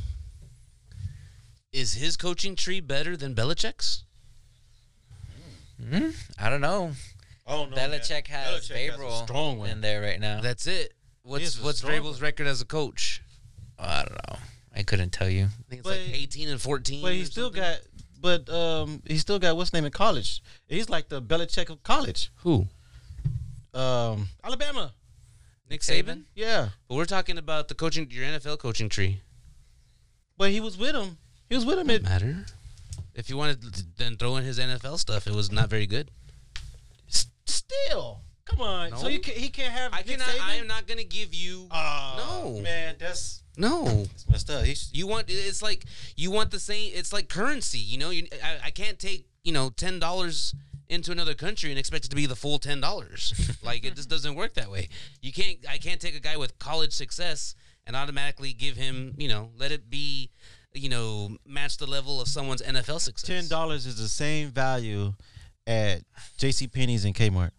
S3: is his coaching tree better than Belichick's?
S4: I don't know.
S2: oh no, man.
S4: Belichick has
S2: Belichick
S4: Gabriel
S2: a strong one.
S4: in there right now.
S3: That's it.
S2: Yes,
S3: What's
S2: it's
S3: what's
S2: strong.
S3: Vrabel's record as a coach?
S4: Oh, I don't know. I couldn't tell you.
S3: I think it's
S2: But-
S3: like 18 and 14.
S2: But he
S3: or
S2: still
S3: something.
S2: got, but um, he still got what's name in college. He's like the Belichick of college.
S3: who?
S2: Um, Alabama.
S3: Nick Saban.
S2: Yeah,
S3: But we're talking about the coaching your NFL coaching tree.
S2: but he was with him. He was with him. At,
S3: Matter. If you wanted to then throw in his NFL stuff, it was not very good.
S2: s- still, come on.
S3: No.
S2: So you can, he can't have.
S3: I
S2: Nick
S3: cannot. I
S2: Saban?
S3: am not going to give you.
S2: Oh,
S3: No.
S2: man, that's
S3: Uh, no.
S2: that's messed up. He's,
S3: You want it's like you want the same. It's like currency. You know, you I, I can't take you know ten dollars into another country and expect it to be the full ten dollars. like it just doesn't work that way. You can't. I can't take a guy with college success and automatically give him you know let it be you know match the level of someone's NFL success.
S2: ten dollars is the same value at J.C. Penney's and Kmart.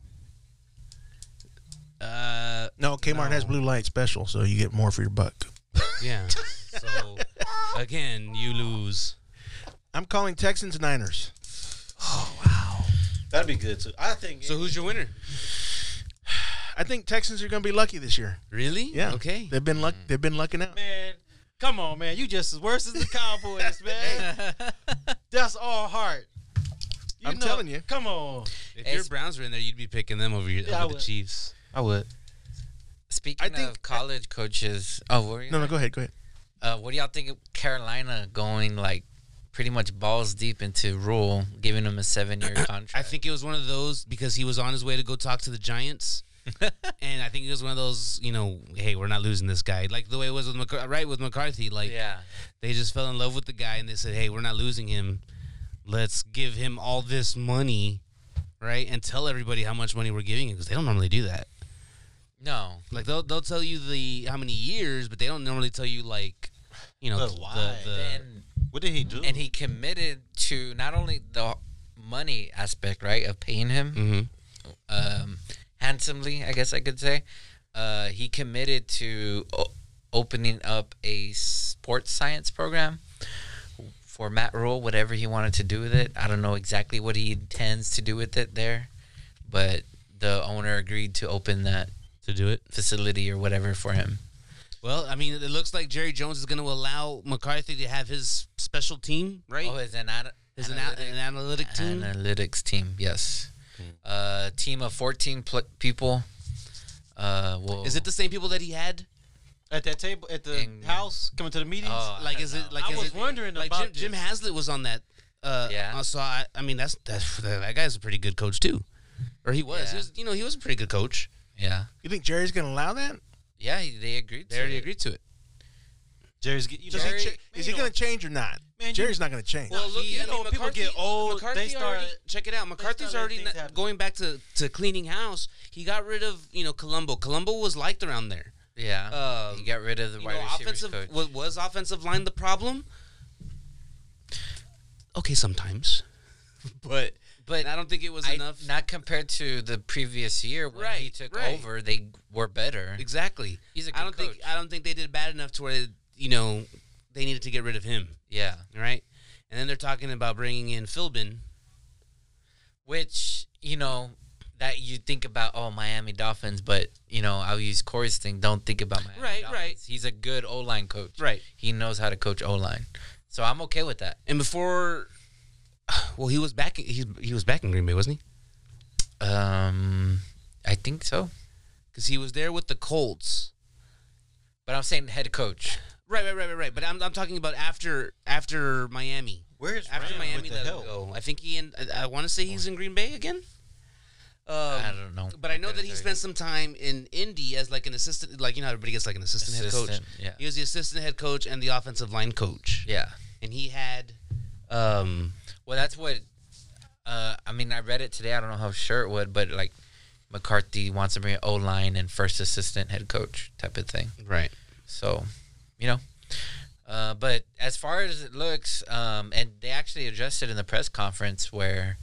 S3: Uh,
S1: No, Kmart has blue light special, so you get more for your buck.
S3: yeah. so again, you lose.
S1: I'm calling Texans Niners.
S2: That'd be good too. I think.
S3: So who's your winner?
S1: I think Texans are going to be lucky this year.
S3: Really?
S1: Yeah.
S3: Okay.
S1: They've been luck. They've been lucking out.
S2: man. Come on, man. You just as worse as the Cowboys, man. That's all heart. You
S1: I'm telling you.
S2: Come on.
S3: If your Browns were in there, you'd be picking them over, your,
S2: Yeah, I
S3: over the
S2: would.
S3: Chiefs.
S2: I would.
S4: Speaking
S1: I think-
S4: of college coaches, oh, what, are you
S1: No, no, go ahead, go ahead.
S4: Uh, what do y'all think of Carolina going like pretty much balls deep into Rule, giving him a seven-year contract?
S3: I think it was one of those because he was on his way to go talk to the Giants. and I think it was one of those, you know, hey, we're not losing this guy. Like the way it was with McCar- right with McCarthy, like
S4: Yeah.
S3: they just fell in love with the guy and they said, "Hey, we're not losing him. Let's give him all this money, right? And tell everybody how much money we're giving him because they don't normally do that.
S4: No.
S3: Like they'll they'll tell you the how many years, but they don't normally tell you like, you know,
S2: But
S3: the,
S2: why?
S3: the, the
S4: And
S2: What did he do?
S4: and he committed to not only the money aspect, right, of paying him
S3: Mhm.
S4: um, handsomely, I guess I could say. Uh, he committed to o- opening up a sports science program for Matt Rule, whatever he wanted to do with it. I don't know exactly what he intends to do with it there, but the owner agreed to open that
S3: to do it.
S4: facility or whatever for him.
S3: Well, I mean, it looks like Jerry Jones is going to allow McCarthy to have his special team, right?
S4: Oh, is an ad-
S3: Is an, a- an analytic team. Hmm.
S4: analytics team. Yes, uh, team of fourteen pl- people. Uh, well,
S3: Is it the same people that he had?
S2: at that table at the
S4: And-
S2: house coming to the meetings.
S4: Oh,
S3: Like,
S4: don't
S3: is it
S4: know.
S3: like?
S2: I
S3: is
S2: was
S3: it-
S2: wondering
S3: like
S2: about
S3: Jim, Jim
S2: this.
S3: Haslett was on that. Uh,
S4: Yeah.
S3: yeah. So I, I mean, that's that's that guy's a pretty good coach too, or he was. He
S4: Yeah.
S3: was you know, he was a pretty good coach.
S4: yeah,
S1: You think Jerry's going to allow that?
S4: yeah? he- They agreed.
S3: They
S4: to
S3: already
S4: it.
S3: agreed to it.
S2: Jerry's get you know.
S1: Does he
S4: Jerry-
S1: cha- is he going to change or not?
S2: Man, you-
S1: Jerry's not going to change.
S2: Well, look, you know, when oh, people get old,
S3: McCarthy
S2: they start-
S3: already- check it out. McCarthy's
S2: start letting
S3: already
S2: things
S3: not,
S2: happen.
S3: going back to to cleaning house. He got rid of you know Colombo. Colombo was liked around there.
S4: Yeah,
S3: Um,
S4: he got rid of the
S3: you
S4: wide
S3: know,
S4: receivers
S3: offensive
S4: coach.
S3: wa- was offensive line the problem. Okay, sometimes, but but I don't think it was
S4: I-
S3: enough.
S4: Not compared to the previous year when he
S3: Right,
S4: took
S3: right.
S4: over, they were better.
S3: exactly.
S4: He's a
S3: I
S4: good
S3: don't
S4: coach.
S3: think I don't think they did bad enough to where you know they needed to get rid of him,
S4: Yeah,
S3: right? And then they're talking about bringing in Philbin.
S4: which you know that you think about oh Miami Dolphins, but you know I'll use Corey's thing. Don't think about Miami.
S3: Right,
S4: Dolphins.
S3: right.
S4: He's a good O line coach.
S3: Right.
S4: He knows how to coach O line, so I'm okay with that.
S3: And before, well, he was back. He he was back in Green Bay, wasn't he?
S4: Um, I think so.
S3: Because he was there with the Colts.
S4: But I'm saying head coach.
S3: Right, right, right, right, right. But I'm, I'm talking about after after Miami.
S2: Where's
S3: After
S2: Ram with
S3: Miami
S2: the
S3: let him
S2: help?
S3: go, I think he and I, I want to say he's in Green Bay again. Um,
S4: I don't know.
S3: But I know that he
S4: Sorry.
S3: spent some time in Indy as like an assistant, like you know how everybody gets like an assistant, head coach.
S4: Assistant, yeah.
S3: He was the assistant head coach and the offensive line coach.
S4: Yeah.
S3: And he had, um,
S4: Well, that's what. Uh, I mean, I read it today. I don't know how sure it would, but like McCarthy wants to bring O line and first assistant head coach type of thing.
S3: right.
S4: So, you know. Uh, but as far as it looks, um, and they actually addressed it in the press conference where,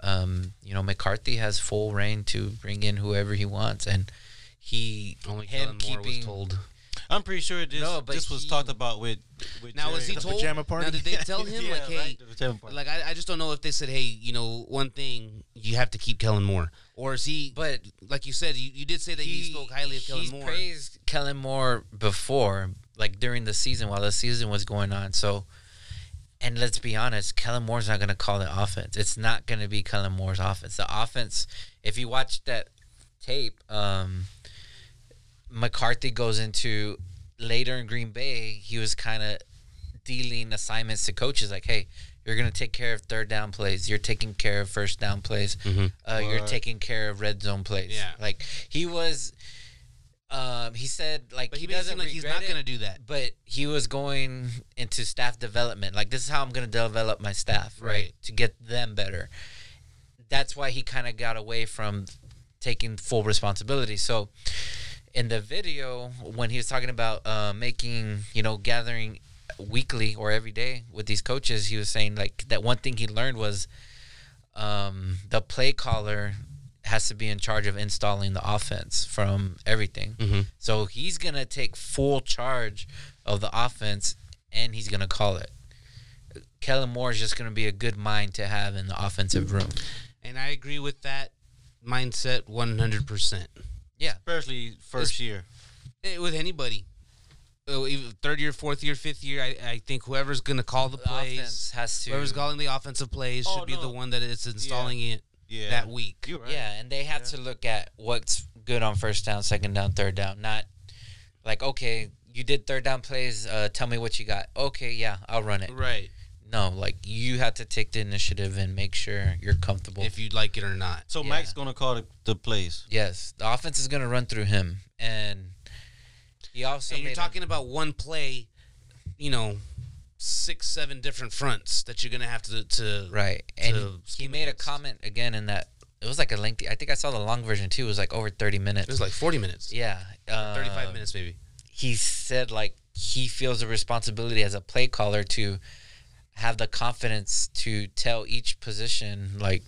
S4: um, you know, McCarthy has full reign to bring in whoever he wants, and he
S3: Only
S4: him
S3: Kellen Moore was
S4: keeping
S3: told.
S2: I'm pretty sure this
S4: No, but
S2: this was
S4: he-
S2: talked about with. with
S3: Now was
S2: Jerry.
S3: he told?
S1: pajama party?
S3: Now did they tell him
S2: Yeah,
S3: like, hey,
S2: right, the pajama party.
S3: like I, I just don't know if they said, hey, you know, one thing you have to keep Kellen Moore, or is he?
S4: But
S3: like you said, you, you did say that you spoke highly of Kellen
S4: he's
S3: Moore.
S4: praised Kellen Moore before, like during the season while the season was going on. So, and let's be honest, Kellen Moore's not going to call the offense. It's not going to be Kellen Moore's offense. The offense, if you watch that tape, um, McCarthy goes into later in Green Bay. He was kind of dealing assignments to coaches like, hey. You're gonna take care of third down plays. You're taking care of first down plays. Uh, you're
S2: Right.
S4: taking care of red zone plays.
S3: Yeah.
S4: like he was um, he said like
S3: But
S4: he,
S3: he, made it
S4: doesn't
S3: seem like he's not going to do that.
S4: But he was going into staff development. Like this is how I'm going to develop my staff, right?
S3: Right.
S4: To get them better. That's why he kind of got away from taking full responsibility. So in the video when he was talking about uh, making you know gathering weekly or every day with these coaches he was saying like that one thing he learned was um, the play caller has to be in charge of installing the offense from everything so he's gonna take full charge of the offense and he's gonna call it Kellen Moore is just going to be a good mind to have in the offensive room.
S3: And I agree with that mindset 100%.
S4: Yeah.
S2: especially first year.
S3: Eh, With anybody. Uh, even Third year, fourth year, fifth year, I, I think whoever's going to call the
S4: The offense
S3: plays,
S4: has to.
S3: whoever's calling the offensive plays,
S2: Oh,
S3: should be
S2: no.
S3: the one that it's installing it
S2: Yeah,
S3: that week.
S2: You right.
S4: Yeah, and they have to look at what's good on first down, second down, third down. Not like okay, you did third down plays. Uh, tell me what you got. Okay, yeah, I'll run it.
S3: Right.
S4: No, like you have to take the initiative and make sure you're comfortable.
S3: If you like it or not.
S2: So
S4: Yeah.
S2: Mike's gonna call the, the plays.
S4: yes, the offense is going to run through him, and he also.
S3: and you're
S4: made a-
S3: talking about one play, you know, six, seven different fronts that you're going to have to. to
S4: Right. And
S3: to
S4: he, he
S3: scheme
S4: made a
S3: against.
S4: comment again in that it was like a lengthy. I think I saw the long version too. It was like over thirty minutes.
S3: It was like 40 minutes.
S4: yeah, uh,
S3: 35 minutes, maybe.
S4: he said like he feels a responsibility as a play caller to have the confidence to tell each position like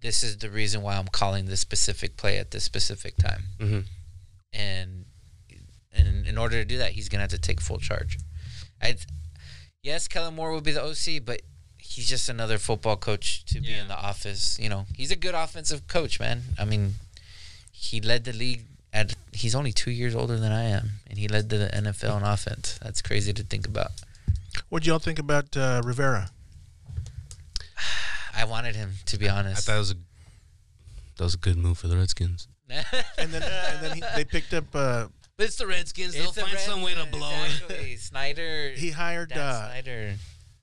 S4: this is the reason why I'm calling this specific play at this specific time.
S3: Mhm.
S4: And and in order to do that, he's gonna have to take full charge. I yes, Kellen Moore will be the OC, but he's just another football coach to be
S3: Yeah.
S4: in the office. You know, he's a good offensive coach, man. I mean, he led the league at he's only two years older than I am, and he led the NFL in offense. That's crazy to think about.
S1: What do y'all think about uh, Rivera?
S4: I wanted him to be
S3: I
S4: honest.
S3: thought it was a, that was a good move for the Redskins.
S1: And then, uh, and then he, they picked up. Uh,
S3: But it's the Redskins. They'll
S4: It's the
S3: find some way to
S4: Redskins,
S3: blow it.
S4: exactly. Snyder.
S1: he hired
S4: Dan
S1: uh,
S4: Snyder.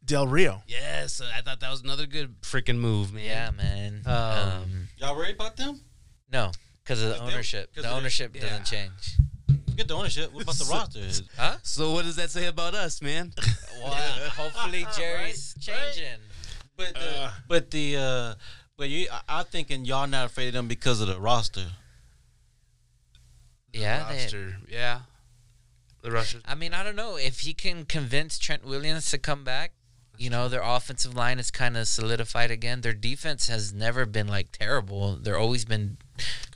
S1: Del Rio.
S3: Yes, I thought that was another good freaking move, man.
S4: Yeah, man.
S3: Um,
S4: Um,
S2: Y'all worried about them?
S4: no, because of the
S2: 'cause they-
S4: ownership.
S2: 'cause
S4: the
S2: of the-
S4: ownership
S3: yeah.
S4: doesn't change.
S2: Forget the ownership. What about the roster?
S4: Huh?
S3: So what does that say about us, man?
S4: Well, hopefully Jerry's changing.
S2: But the, but the uh, but you, I, I'm thinking y'all not afraid of them because of the roster.
S4: Yeah, they-
S3: roster. Yeah, the roster.
S4: I mean, I don't know if he can convince Trent Williams to come back. You know, their offensive line is kind of solidified again. Their defense has never been like terrible. They're always been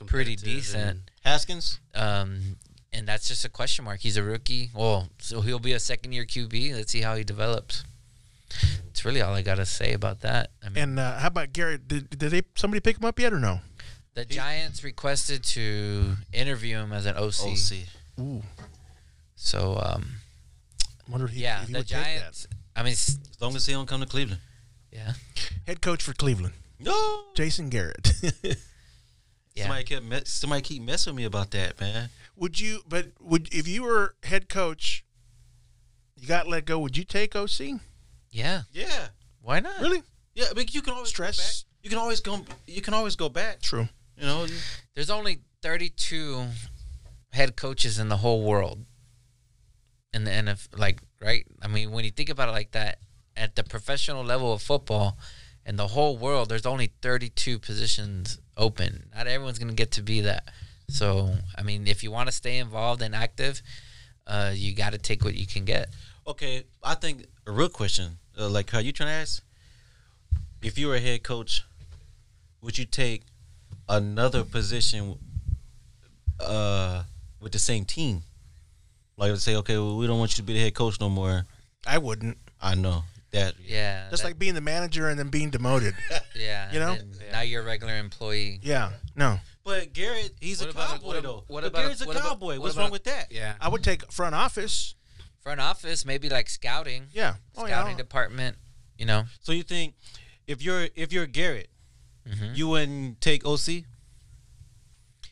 S4: pretty
S3: Competitive
S4: decent.
S2: Haskins.
S4: Um, and that's just a question mark. He's a rookie. Well, so he'll be a second year QB. Let's see how he develops. That's really all I gotta say about that. I mean,
S1: And uh, how about Garrett? Did, did they somebody pick him up yet or no?
S4: The Giants requested to interview him as an OC.
S2: OC.
S1: Ooh,
S4: So um,
S1: wonder if he,
S4: yeah,
S1: if he
S4: the
S1: would take that.
S4: Giants. I mean, s-
S2: As long as he don't come to Cleveland.
S4: yeah,
S1: Head coach for Cleveland,
S2: No.
S1: Jason Garrett.
S4: yeah.
S2: Somebody kept me- somebody keep messing with me about that, man.
S1: would you? But would if you were head coach, you got let go. Would you take OC?
S4: yeah.
S2: Yeah.
S4: Why not?
S1: Really?
S2: Yeah, but you can always go
S1: Stress.
S2: back. You can always go. You can always go back.
S1: True.
S2: You know.
S4: There's only 32 head coaches in the whole world. In the NFL, like right? I mean, when you think about it like that, at the professional level of football, in the whole world, there's only 32 positions open. Not everyone's gonna get to be that. So, I mean, if you want to stay involved and active, uh, you got to take what you can get.
S2: Okay. I think a real question, uh, like how you trying to ask, if you were a head coach, would you take another position uh, with the same team? Like let's say, okay, well, we don't want you to be the head coach no more.
S1: I wouldn't.
S2: I know that.
S4: Yeah,
S1: That's
S4: that-
S1: like being the manager and then being demoted.
S4: yeah,
S1: you know?
S4: and then now you're a regular employee.
S1: yeah. No.
S2: But Garrett, he's
S3: What
S2: a
S3: about a-
S2: cowboy
S3: what ab-
S2: though.
S3: what
S2: But
S3: about a-
S2: Garrett's a
S3: what about-
S2: cowboy.
S3: what
S2: What's
S3: about
S2: wrong
S3: a-
S2: with that?
S3: Yeah.
S1: I would take front office.
S4: Front office, maybe like scouting,
S1: Oh, Yeah.
S4: scouting department. You know,
S2: So you think if you're if you're Garrett,
S3: Hmm?
S4: Mhm.
S2: you wouldn't take OC?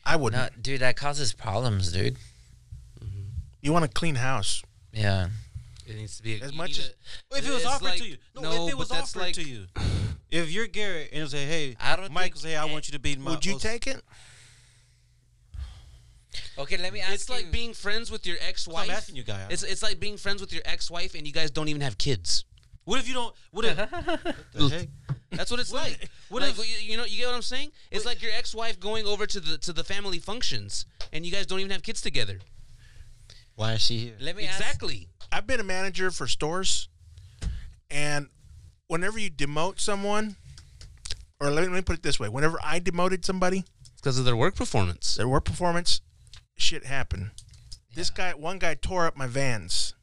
S1: I wouldn't.
S4: No, dude, that causes problems, dude.
S1: You want a clean house.
S4: Yeah.
S3: It needs to be
S1: As
S3: you
S1: much
S3: need
S1: as-
S3: a-
S2: If it was
S3: it's
S2: offered
S3: like-
S2: to you, no, if it
S3: but
S2: was
S3: that's
S2: offered
S3: like-
S2: to you, if you're Garrett and say, hey,
S4: I don't
S2: Mike,
S4: think-
S2: say, I want you to be my.
S1: Would you
S2: OC."
S1: take it?
S4: Okay, let me ask
S3: It's like
S4: you-
S3: being friends with your ex-wife.
S2: I'm asking you, guy.
S3: It's it's like being friends with your ex-wife and you guys don't even have kids.
S2: What if you don't? What if? the heck?
S3: That's what it's like.
S2: what
S3: like
S2: if-
S3: you, you know, you get what I'm saying? It's like your ex-wife going over to the to the family functions and you guys don't even have kids together.
S2: Why is she here?
S4: let me
S3: Exactly.
S1: I've been a manager for stores, and whenever you demote someone, or let me, let me put it this way: whenever I demoted somebody,
S3: It's because of their work performance.
S1: their work performance, shit happened. This guy, one guy tore up my vans.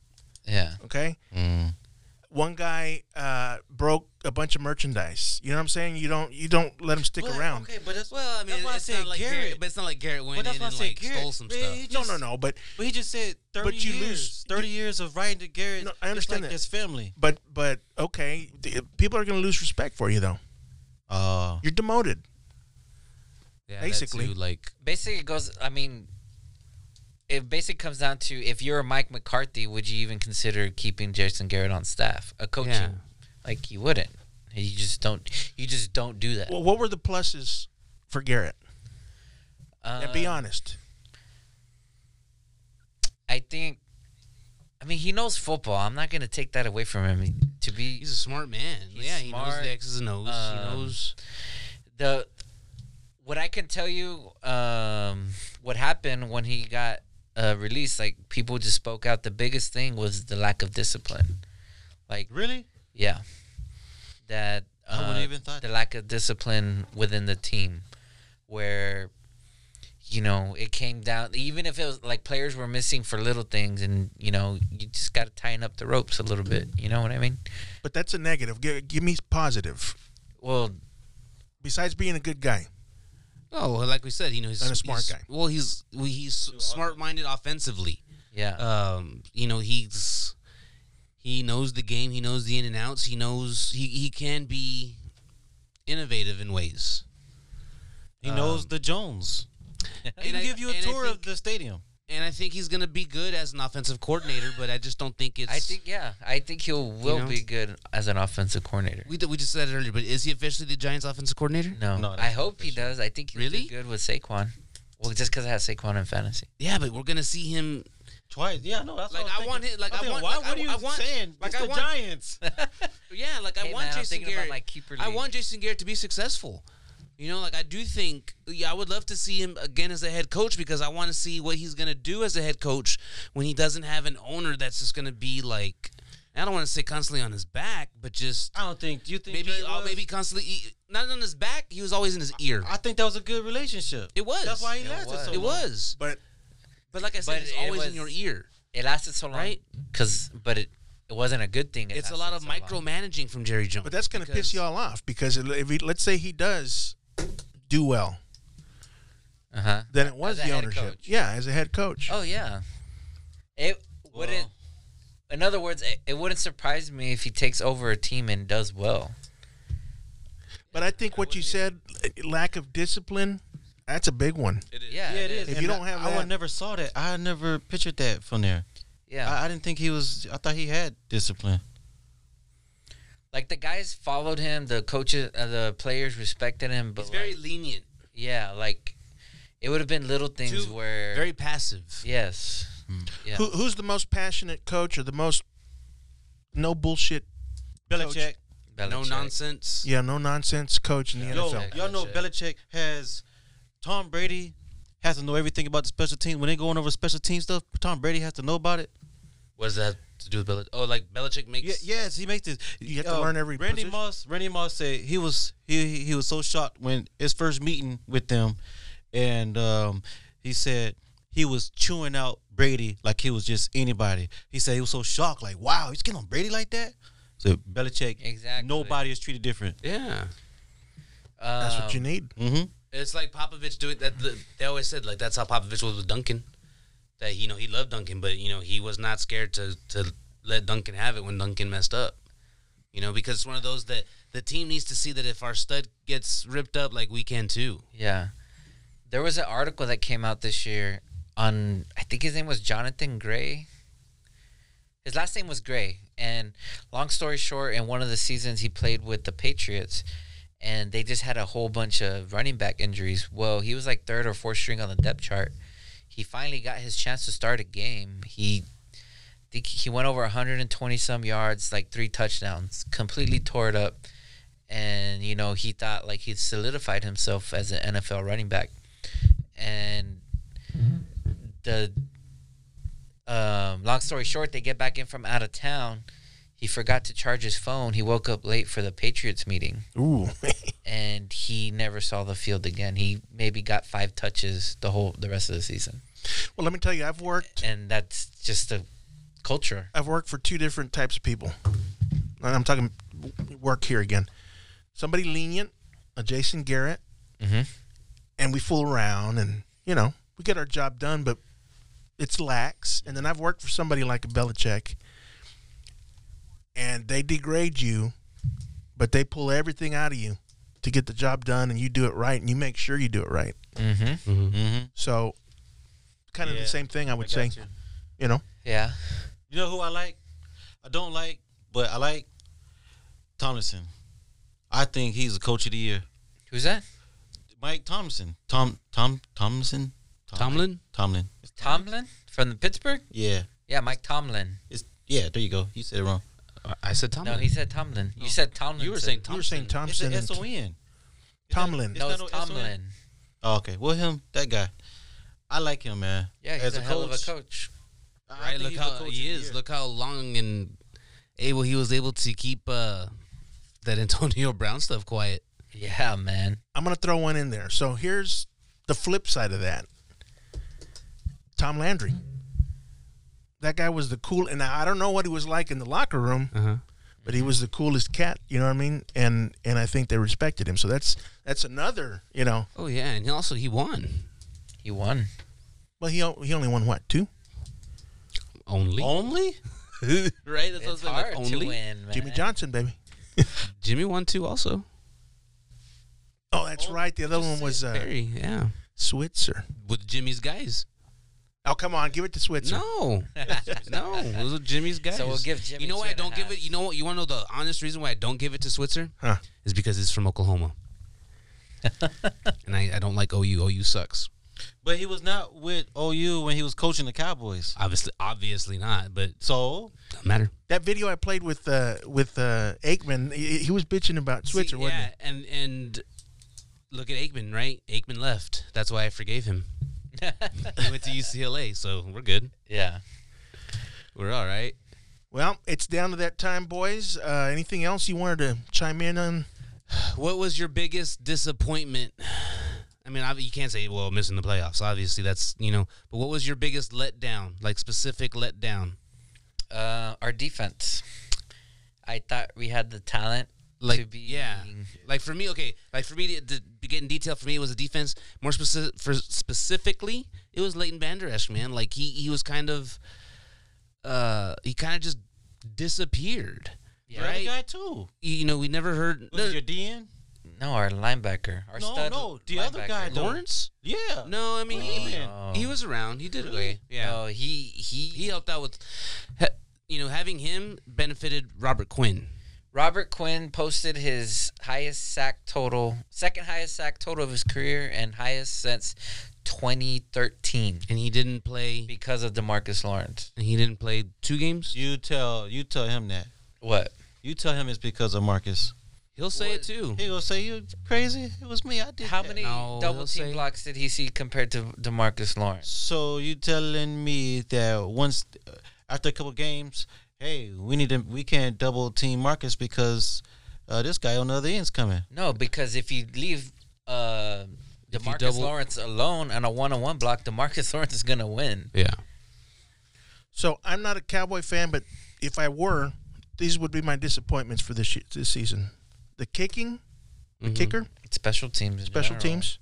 S4: ask. Yeah.
S1: Okay.
S2: Mm.
S1: One guy uh, broke a bunch of merchandise. You know what I'm saying? You don't you don't let him stick
S2: But,
S1: around.
S2: Okay, but that's
S3: Well, I mean,
S2: that's why
S3: it's
S2: I said
S3: not like Garrett.
S2: Garrett.
S3: but it's not like Garrett went
S2: but that's
S3: in
S2: why I
S3: and
S2: said
S3: like
S2: Garrett.
S3: stole some
S2: But
S3: stuff.
S2: he
S1: No,
S2: just-
S1: no, no. But
S2: But he just said thirty
S1: But you
S2: years.
S1: lose-
S2: thirty years of writing to Garrett.
S1: No, I
S2: just
S1: understand
S2: like
S1: that.
S2: his family.
S1: but but okay, the- people are going to lose respect for you though.
S2: Uh,
S1: You're demoted.
S3: Yeah,
S1: Basically.
S3: that too, like
S4: Basically, it goes. I mean, it basically comes down to if you're a Mike McCarthy, would you even consider keeping Jason Garrett on staff, a coaching?
S3: Yeah.
S4: Like you wouldn't. You just don't. You just don't do that.
S1: Well, what were the pluses for Garrett?
S4: uh,
S1: Yeah, be honest.
S4: I think. I mean, he knows football. I'm not gonna take that away from him. To be
S3: he's a smart man.
S4: He's
S3: yeah, he knows
S4: smart.
S3: the X's and O's.
S4: Um,
S3: he knows.
S4: the what I can tell you, um, what happened when he got uh, released, like people just spoke out. The biggest thing was the lack of discipline. Like,
S2: really?
S4: yeah, that
S2: I
S4: uh,
S2: wouldn't even thought
S4: the
S2: that.
S4: lack of discipline within the team, where you know it came down. Even if it was like players were missing for little things, and you know you just got to tighten up the ropes a little bit. You know what I mean?
S1: But that's a negative. Give, give me positive.
S4: Well,
S1: Besides being a good guy,
S3: Oh, well, like we said, he knows
S1: And a smart
S3: he's-
S1: guy.
S3: Well, he's well, he's smart-minded offensively.
S4: yeah.
S2: Uh,
S3: Um, you know, he's he knows the game. He knows the in and outs. He knows he he can be innovative in ways.
S2: He knows the Jones. He
S3: and
S2: can
S3: I-
S2: give you a
S3: and I
S2: tour of
S3: think-
S2: the stadium.
S3: And I think he's gonna be good as an offensive coordinator, but I just don't think it's.
S4: I think yeah, I think he will
S3: know?
S4: be good as an offensive coordinator.
S3: we we just said it earlier, but is he officially the Giants' offensive coordinator?
S4: No,
S2: No,
S4: I
S2: that's
S4: hope he does. I think he'll
S3: Really?
S4: do good with Saquon. Well, just because I have Saquon in fantasy.
S3: Yeah, but we're gonna see him
S2: Twice, yeah, no. That's
S3: Like,
S2: what
S3: I want
S2: thinking.
S3: it- like,
S2: I'm
S3: I
S2: thinking,
S3: want-
S2: Why?
S3: like,
S2: what
S3: I-
S2: are you
S3: I want-
S2: saying?
S3: like,
S2: It's
S3: I
S2: the
S3: want-
S2: Giants.
S3: Yeah, like I
S4: Hey,
S3: want
S4: man, I'm
S3: Jason
S4: thinking about
S3: Garrett.
S4: my keeper
S3: I
S4: league.
S3: want Jason Garrett to be successful. You know, like I do think yeah, I would love to see him again as a head coach because I want to see what he's gonna do as a head coach when he doesn't have an owner that's just gonna be like I don't want to say constantly on his back, but just
S2: I don't think you think
S3: maybe
S2: that
S3: oh,
S2: was-
S3: maybe constantly not on his back. He was always in his ear.
S2: I think that was a good relationship.
S3: It was.
S2: That's why he
S3: It
S2: lasted
S4: was.
S2: so
S3: it
S2: long.
S3: was,
S1: but
S3: but like I
S4: But
S3: said, it's
S4: it
S3: always in
S4: was-
S3: your ear.
S4: It lasted so long,
S3: Right.
S4: Because, but it it wasn't a good thing. It
S3: It's a
S4: lasted
S3: lot of
S4: so long.
S3: micromanaging from Jerry Jones.
S1: but that's going to
S3: Because-
S1: piss y'all off because if he, let's say he does do well,
S4: Uh huh.
S1: than it was
S4: As a
S1: the
S4: head
S1: ownership.
S4: coach.
S1: Yeah, as a head coach.
S4: Oh yeah. It wouldn't.
S3: Well-
S4: In other words, it, it wouldn't surprise me if he takes over a team and does well.
S1: But I think what you said, eh, lack of discipline, that's a big one.
S3: It is.
S4: Yeah,
S2: Yeah, it is.
S1: If
S2: And
S1: you don't
S2: I-
S1: have
S2: I,
S1: that-
S2: would never saw that. I never pictured that from there.
S4: Yeah,
S2: I, I didn't think he was. I thought he had discipline.
S4: like the guys followed him. The coaches, uh, the players respected him. But
S3: He's very
S4: like,
S3: lenient.
S4: yeah, like it would have been little things
S3: Too-
S4: where
S3: Very passive.
S4: yes, Yeah.
S1: Who, who's the most passionate coach or the most no bullshit?
S2: Belichick.
S3: No
S4: Belichick.
S3: nonsense.
S1: Yeah, no nonsense coach in the
S2: Yo,
S1: NFL.
S2: y'all know Belichick has Tom Brady has to know everything about the special team. When they going over special team stuff, Tom Brady has to know about it.
S3: What does that have to do with Belichick? Oh, like Belichick makes.
S2: Yeah, yes, he makes this.
S1: You have to learn every
S2: Randy
S1: position.
S2: Moss. Randy Moss said he was he he- he was so shocked when his first meeting with them, and um, he said he was chewing out Brady like he was just anybody. He said he was so shocked, like wow, he's getting on Brady like that. So Belichick,
S4: Exactly.
S2: Nobody is treated different.
S3: Yeah.
S1: That's
S4: Um,
S1: what you need.
S2: Mm-hmm.
S3: It's like Popovich doing that. The, they always said like that's how Popovich was with Duncan. That you know he loved Duncan, but you know he was not scared to to let Duncan have it when Duncan messed up. You know because it's one of those that the team needs to see that if our stud gets ripped up, like we can too.
S4: Yeah. There was an article that came out this year on I think his name was Jonathan Gray. His last name was Gray. And long story short, in one of the seasons he played with the Patriots and they just had a whole bunch of running back injuries. Well, he was like third or fourth string on the depth chart. He finally got his chance to start a game. He I think he went over 120 some yards, like three touchdowns, completely tore it up and you know he thought like he solidified himself as an NFL running back, and the um, long story short, they get back in from out of town. He forgot to charge his phone. He woke up late for the Patriots meeting,
S1: Ooh,
S4: and he never saw the field again. He maybe got five touches the whole the rest of the season,
S1: well, let me tell you, I've worked.
S4: and that's just the culture.
S1: I've worked for two different types of people. And I'm talking work here again. Somebody lenient, a Jason Garrett,
S2: Mm-hmm.
S4: Mhm.
S1: and we fool around, and you know we get our job done, but it's lax. And then I've worked for somebody like a Belichick, and they degrade you, but they pull everything out of you to get the job done, and you do it right, and you make sure you do it right.
S4: Mm-hmm.
S2: Mm-hmm.
S1: So, kind of
S2: Yeah,
S1: the same thing, I would say. You. know,
S4: Yeah.
S2: You know who I like? I don't like, but I like Tomlinson. I think he's a coach of the year.
S4: Who's that?
S2: Mike Tomlinson. Tom Tom Tomlinson. Tom-
S3: Tomlin?
S2: Tomlin.
S4: Tomlin from the Pittsburgh.
S2: Yeah.
S4: Yeah, Mike Tomlin.
S2: It's yeah. There you go. You said it wrong.
S3: I said Tom.
S4: No, he said Tomlin. You said Tomlin.
S3: Oh. you were saying Tom.
S1: you were saying
S2: It's
S1: Thompson
S2: a
S1: and
S2: S O N.
S1: Tomlin.
S4: No, it's
S2: It's not no S O
S4: Tomlin.
S2: N. Oh, okay. Well, him that guy. I like him, man.
S4: Yeah, he's a, hell of a coach.
S2: I
S3: Right,
S2: think
S3: look
S2: he's the
S3: how
S2: coach of
S3: he
S2: the
S3: is.
S2: year.
S3: Look how long and able he was able to keep uh, that Antonio Brown stuff quiet.
S4: Yeah, man.
S1: I'm going to throw one in there. So here's the flip side of that. Tom Landry. That guy was the cool, and I don't know what he was like in the locker room,
S3: Uh-huh.
S1: but he was the coolest cat. You know what I mean? And and I think they respected him. So that's that's another. You know,
S3: Oh yeah, and he also he won
S4: He won.
S1: well he o- he only won what two?
S3: only.
S2: Only.
S3: right? That's what I
S4: It's
S3: was like,
S4: hard
S3: only.
S4: to win, man.
S1: Jimmy Johnson, baby.
S3: Jimmy won two also.
S1: Oh, that's right. The other one was uh,
S3: Very, yeah.
S1: Switzer.
S3: With Jimmy's guys.
S1: Oh come on, give it to Switzer.
S3: No. no. Those are Jimmy's guys.
S4: we'll give Jimmy
S3: You know why
S4: two
S3: I
S4: and a
S3: don't give
S4: half.
S3: it you know what you wanna know the honest reason why I don't give it to Switzer?
S1: Huh.
S3: Is because it's from Oklahoma. and I, I don't like OU. OU sucks.
S2: But he was not with OU when he was coaching the Cowboys. Oh,
S3: Obviously obviously not, but
S2: So
S3: doesn't matter.
S1: That video I played with uh, with uh, Aikman, he, he was bitching about Switzer,
S3: See,
S1: wasn't he?
S3: yeah, and and look at Aikman, right? Aikman left. That's why I forgave him. he went to UCLA, so we're good.
S4: Yeah.
S3: We're all right.
S1: Well, it's down to that time, boys. Uh, anything else you wanted to chime in on?
S3: What was your biggest disappointment? I mean, obvi- you can't say, well, missing the playoffs. Obviously, that's, you know, but what was your biggest letdown, like specific letdown?
S4: Uh, our defense. I thought we had the talent
S3: like
S4: to be-
S3: yeah like for me okay like for me to, to get in detail for me it was the defense more specific for specifically it was Leighton Vander Esch man like he he was kind of uh he kind of just disappeared
S2: The other
S3: right
S2: guy too.
S3: you know we never heard
S2: Was it your DN?
S4: No, our linebacker. Our
S2: No,
S4: stud
S2: no, the other
S4: linebacker.
S2: guy, Lawrence. Yeah,
S3: no I mean he,
S2: Oh.
S3: he was around he did okay yeah
S4: No, he
S3: he
S4: he.
S3: helped out with ha- you know having him benefited Robert Quinn
S4: Robert Quinn posted his highest sack total, second highest sack total of his career, and highest since 2013
S3: and he didn't play
S4: because of Demarcus Lawrence.
S3: and he didn't play two games
S2: You tell you tell him that.
S4: What?
S2: You tell him it's because of Marcus.
S3: he'll say it too
S2: He gonna say you crazy. It was me. I did.
S4: How
S2: that."
S4: many
S3: No,
S4: double
S3: he'll
S4: team
S3: say-
S4: blocks did he see compared to Demarcus Lawrence?
S2: So you telling me that once uh, after a couple games, hey, we need to we can't double team Marcus because uh, this guy on the other end's coming.
S4: No, because if you leave uh,
S3: If
S4: Demarcus
S3: you double-
S4: Lawrence alone on a one-on-one block, Demarcus Lawrence is gonna win.
S3: yeah
S1: So I'm not a Cowboy fan, but if I were, these would be my disappointments for this ye- this season: the kicking, the
S3: Mm-hmm.
S1: kicker,
S4: Special teams. in
S1: special
S4: general.
S1: teams,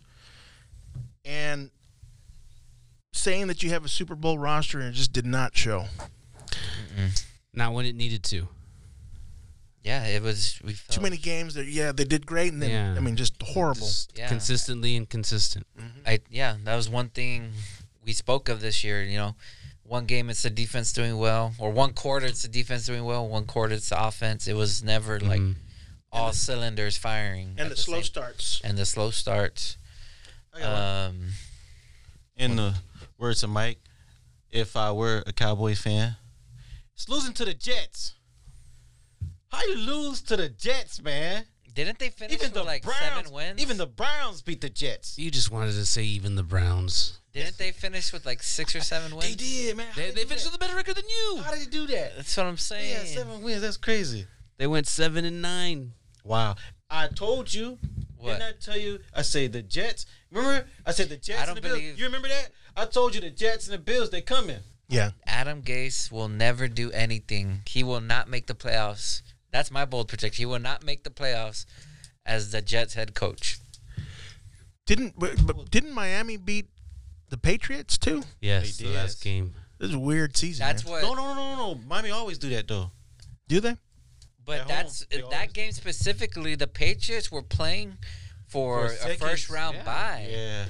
S1: and saying that you have a Super Bowl roster and it just did not show.
S3: not when it needed to
S4: Yeah, it was. We
S1: Too
S4: felt-
S1: many games that yeah they did great and then
S3: Yeah.
S1: I mean just horrible.
S3: Just
S4: Yeah.
S3: consistently inconsistent.
S4: I yeah, that was one thing we spoke of this year. You know, one game it's the defense doing well, or one quarter it's the defense doing well, one quarter it's the offense. It was never like all cylinders firing at
S1: and the slow Oh,
S4: same-
S1: starts.
S4: and the slow starts. Um,
S2: In the words of Mike, if I were a Cowboys fan, it's losing to the Jets. How you lose to the Jets, man?
S4: didn't they finish
S2: Even
S4: with
S2: the
S4: like
S2: Browns,
S4: seven wins?
S2: even the Browns beat the Jets.
S3: You just wanted to say even the Browns.
S4: didn't they finish with like six or seven wins?
S2: They did, man. How
S3: They,
S2: did
S3: they
S2: do
S3: finished
S2: that?
S3: with a better record than you.
S2: How did they do that?
S4: That's what I'm saying.
S2: Yeah, seven wins. That's crazy.
S3: They went seven and nine.
S2: Wow. I told you.
S4: What?
S2: Didn't I tell you? I say the Jets. Remember? I said the Jets and
S4: don't
S2: the Bills.
S4: believe-
S2: You remember that? I told you the Jets and the Bills, they coming.
S1: Yeah,
S4: Adam Gase will never do anything. He will not make the playoffs. That's my bold prediction. He will not make the playoffs as the Jets head coach.
S1: didn't but, but didn't Miami beat the Patriots too?
S3: Yes,
S2: They
S3: the
S2: did.
S3: last game.
S1: This is a weird season.
S4: That's
S1: man.
S4: what.
S2: no, no, no, no, no. Miami always do that though.
S1: do they?
S2: At
S4: But
S2: home,
S4: that's
S2: they always
S4: that game specifically. The Patriots were playing for, a
S2: second-
S4: first round
S2: yeah.
S4: bye,
S2: Yeah.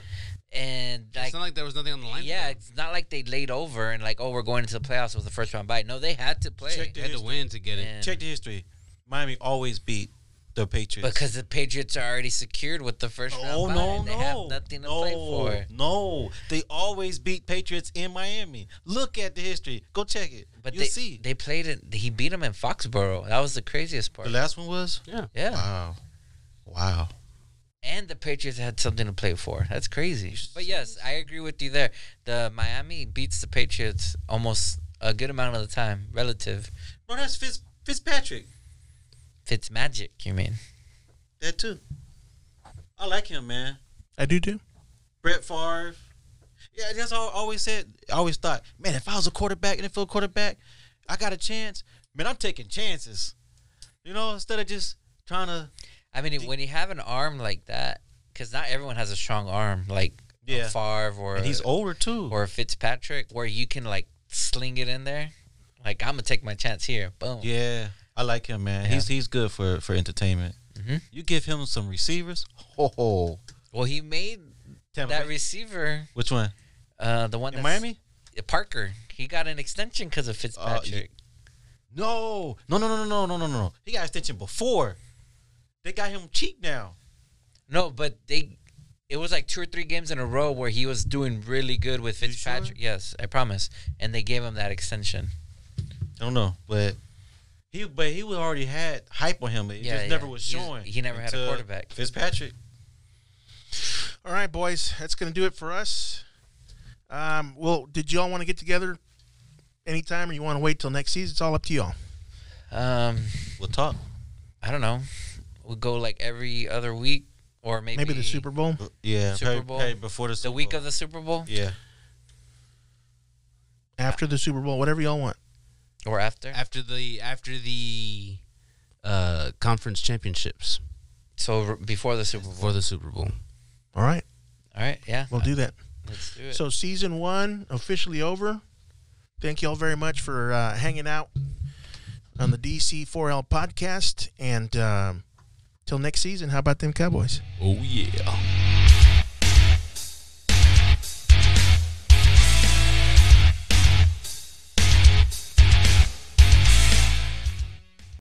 S4: and like
S3: it's not like there was nothing on the line.
S4: yeah, it's not like they laid over and like oh we're going into the playoffs with a first round bye. No, they had to play
S2: Check
S3: they had to win to get it.
S4: And-
S2: Check the history. Miami always beat the Patriots.
S4: because the Patriots are already secured with the first round
S2: Oh
S4: bye.
S2: no,
S4: and they
S2: no.
S4: have nothing to
S2: no,
S4: play for.
S2: No. They always beat Patriots in Miami. Look at the history. Go check it.
S4: But
S2: You'll
S4: they
S2: see.
S4: they played it. He beat them in Foxborough. That was the craziest part.
S2: the last one was?
S4: yeah,
S2: Wow. Wow.
S4: and the Patriots had something to play for. That's crazy. But yes, I agree with you there. The Miami beats the Patriots almost a good amount of the time, relative.
S2: No, that's Fitz Fitzpatrick.
S4: Fitz magic, you mean?
S2: That too. I like him, man.
S1: I do do.
S2: Brett Favre. Yeah, that's all I always said. I always thought, man, if I was a quarterback, NFL quarterback, I got a chance. Man, I'm taking chances. You know, instead of just trying to
S4: I mean, when you have an arm like that, because not everyone has a strong arm like a
S2: Yeah.
S4: Favre or
S2: and he's older too.
S4: or a Fitzpatrick, where you can like sling it in there. Like I'm gonna take my chance here. Boom.
S2: yeah. I like him, man. He's he's good for for entertainment. You give him some receivers. Ho ho.
S4: Well, he made
S2: Tampa
S4: that
S2: Bay-
S4: receiver,
S2: Which one?
S4: uh, the one
S2: In
S4: that's-
S2: Miami?
S4: Parker. He got an extension because of Fitzpatrick.
S2: No. No, no, no, no, no, no, no, no. He got extension before. They got him cheap now.
S4: No, but they. It was like two or three games in a row where he was doing really good with Fitzpatrick. Yes, I promise. And they gave him that extension.
S2: I don't know, but he but he was already had hype on him. It
S4: Yeah,
S2: just
S4: yeah.
S2: never was
S4: He's-
S2: showing.
S4: he never had a
S2: until
S4: quarterback.
S2: Fitzpatrick.
S1: All right, boys, that's going to do it for us. Um, well, did y'all want to get together anytime, or you want to wait till next season? It's all up to y'all.
S4: Um,
S2: We'll talk.
S4: I don't know. We'll go like every other week or maybe
S1: Maybe the Super Bowl.
S2: Yeah,
S4: Super
S2: probably-
S4: Bowl.
S2: probably before the
S4: the
S2: Super
S4: week
S2: Bowl.
S4: of the Super Bowl
S2: yeah.
S1: after the Super Bowl, whatever y'all want.
S4: or after.
S3: After the after the uh, uh, conference championships
S4: So r- before the Super Bowl.
S3: for the Super Bowl.
S1: All right,
S4: All right. Yeah.
S1: we'll do that.
S4: Let's do it.
S1: So season one officially over. Thank you all very much for uh, hanging out on the DC4L podcast, and um, till next season. How about them Cowboys?
S3: Oh yeah.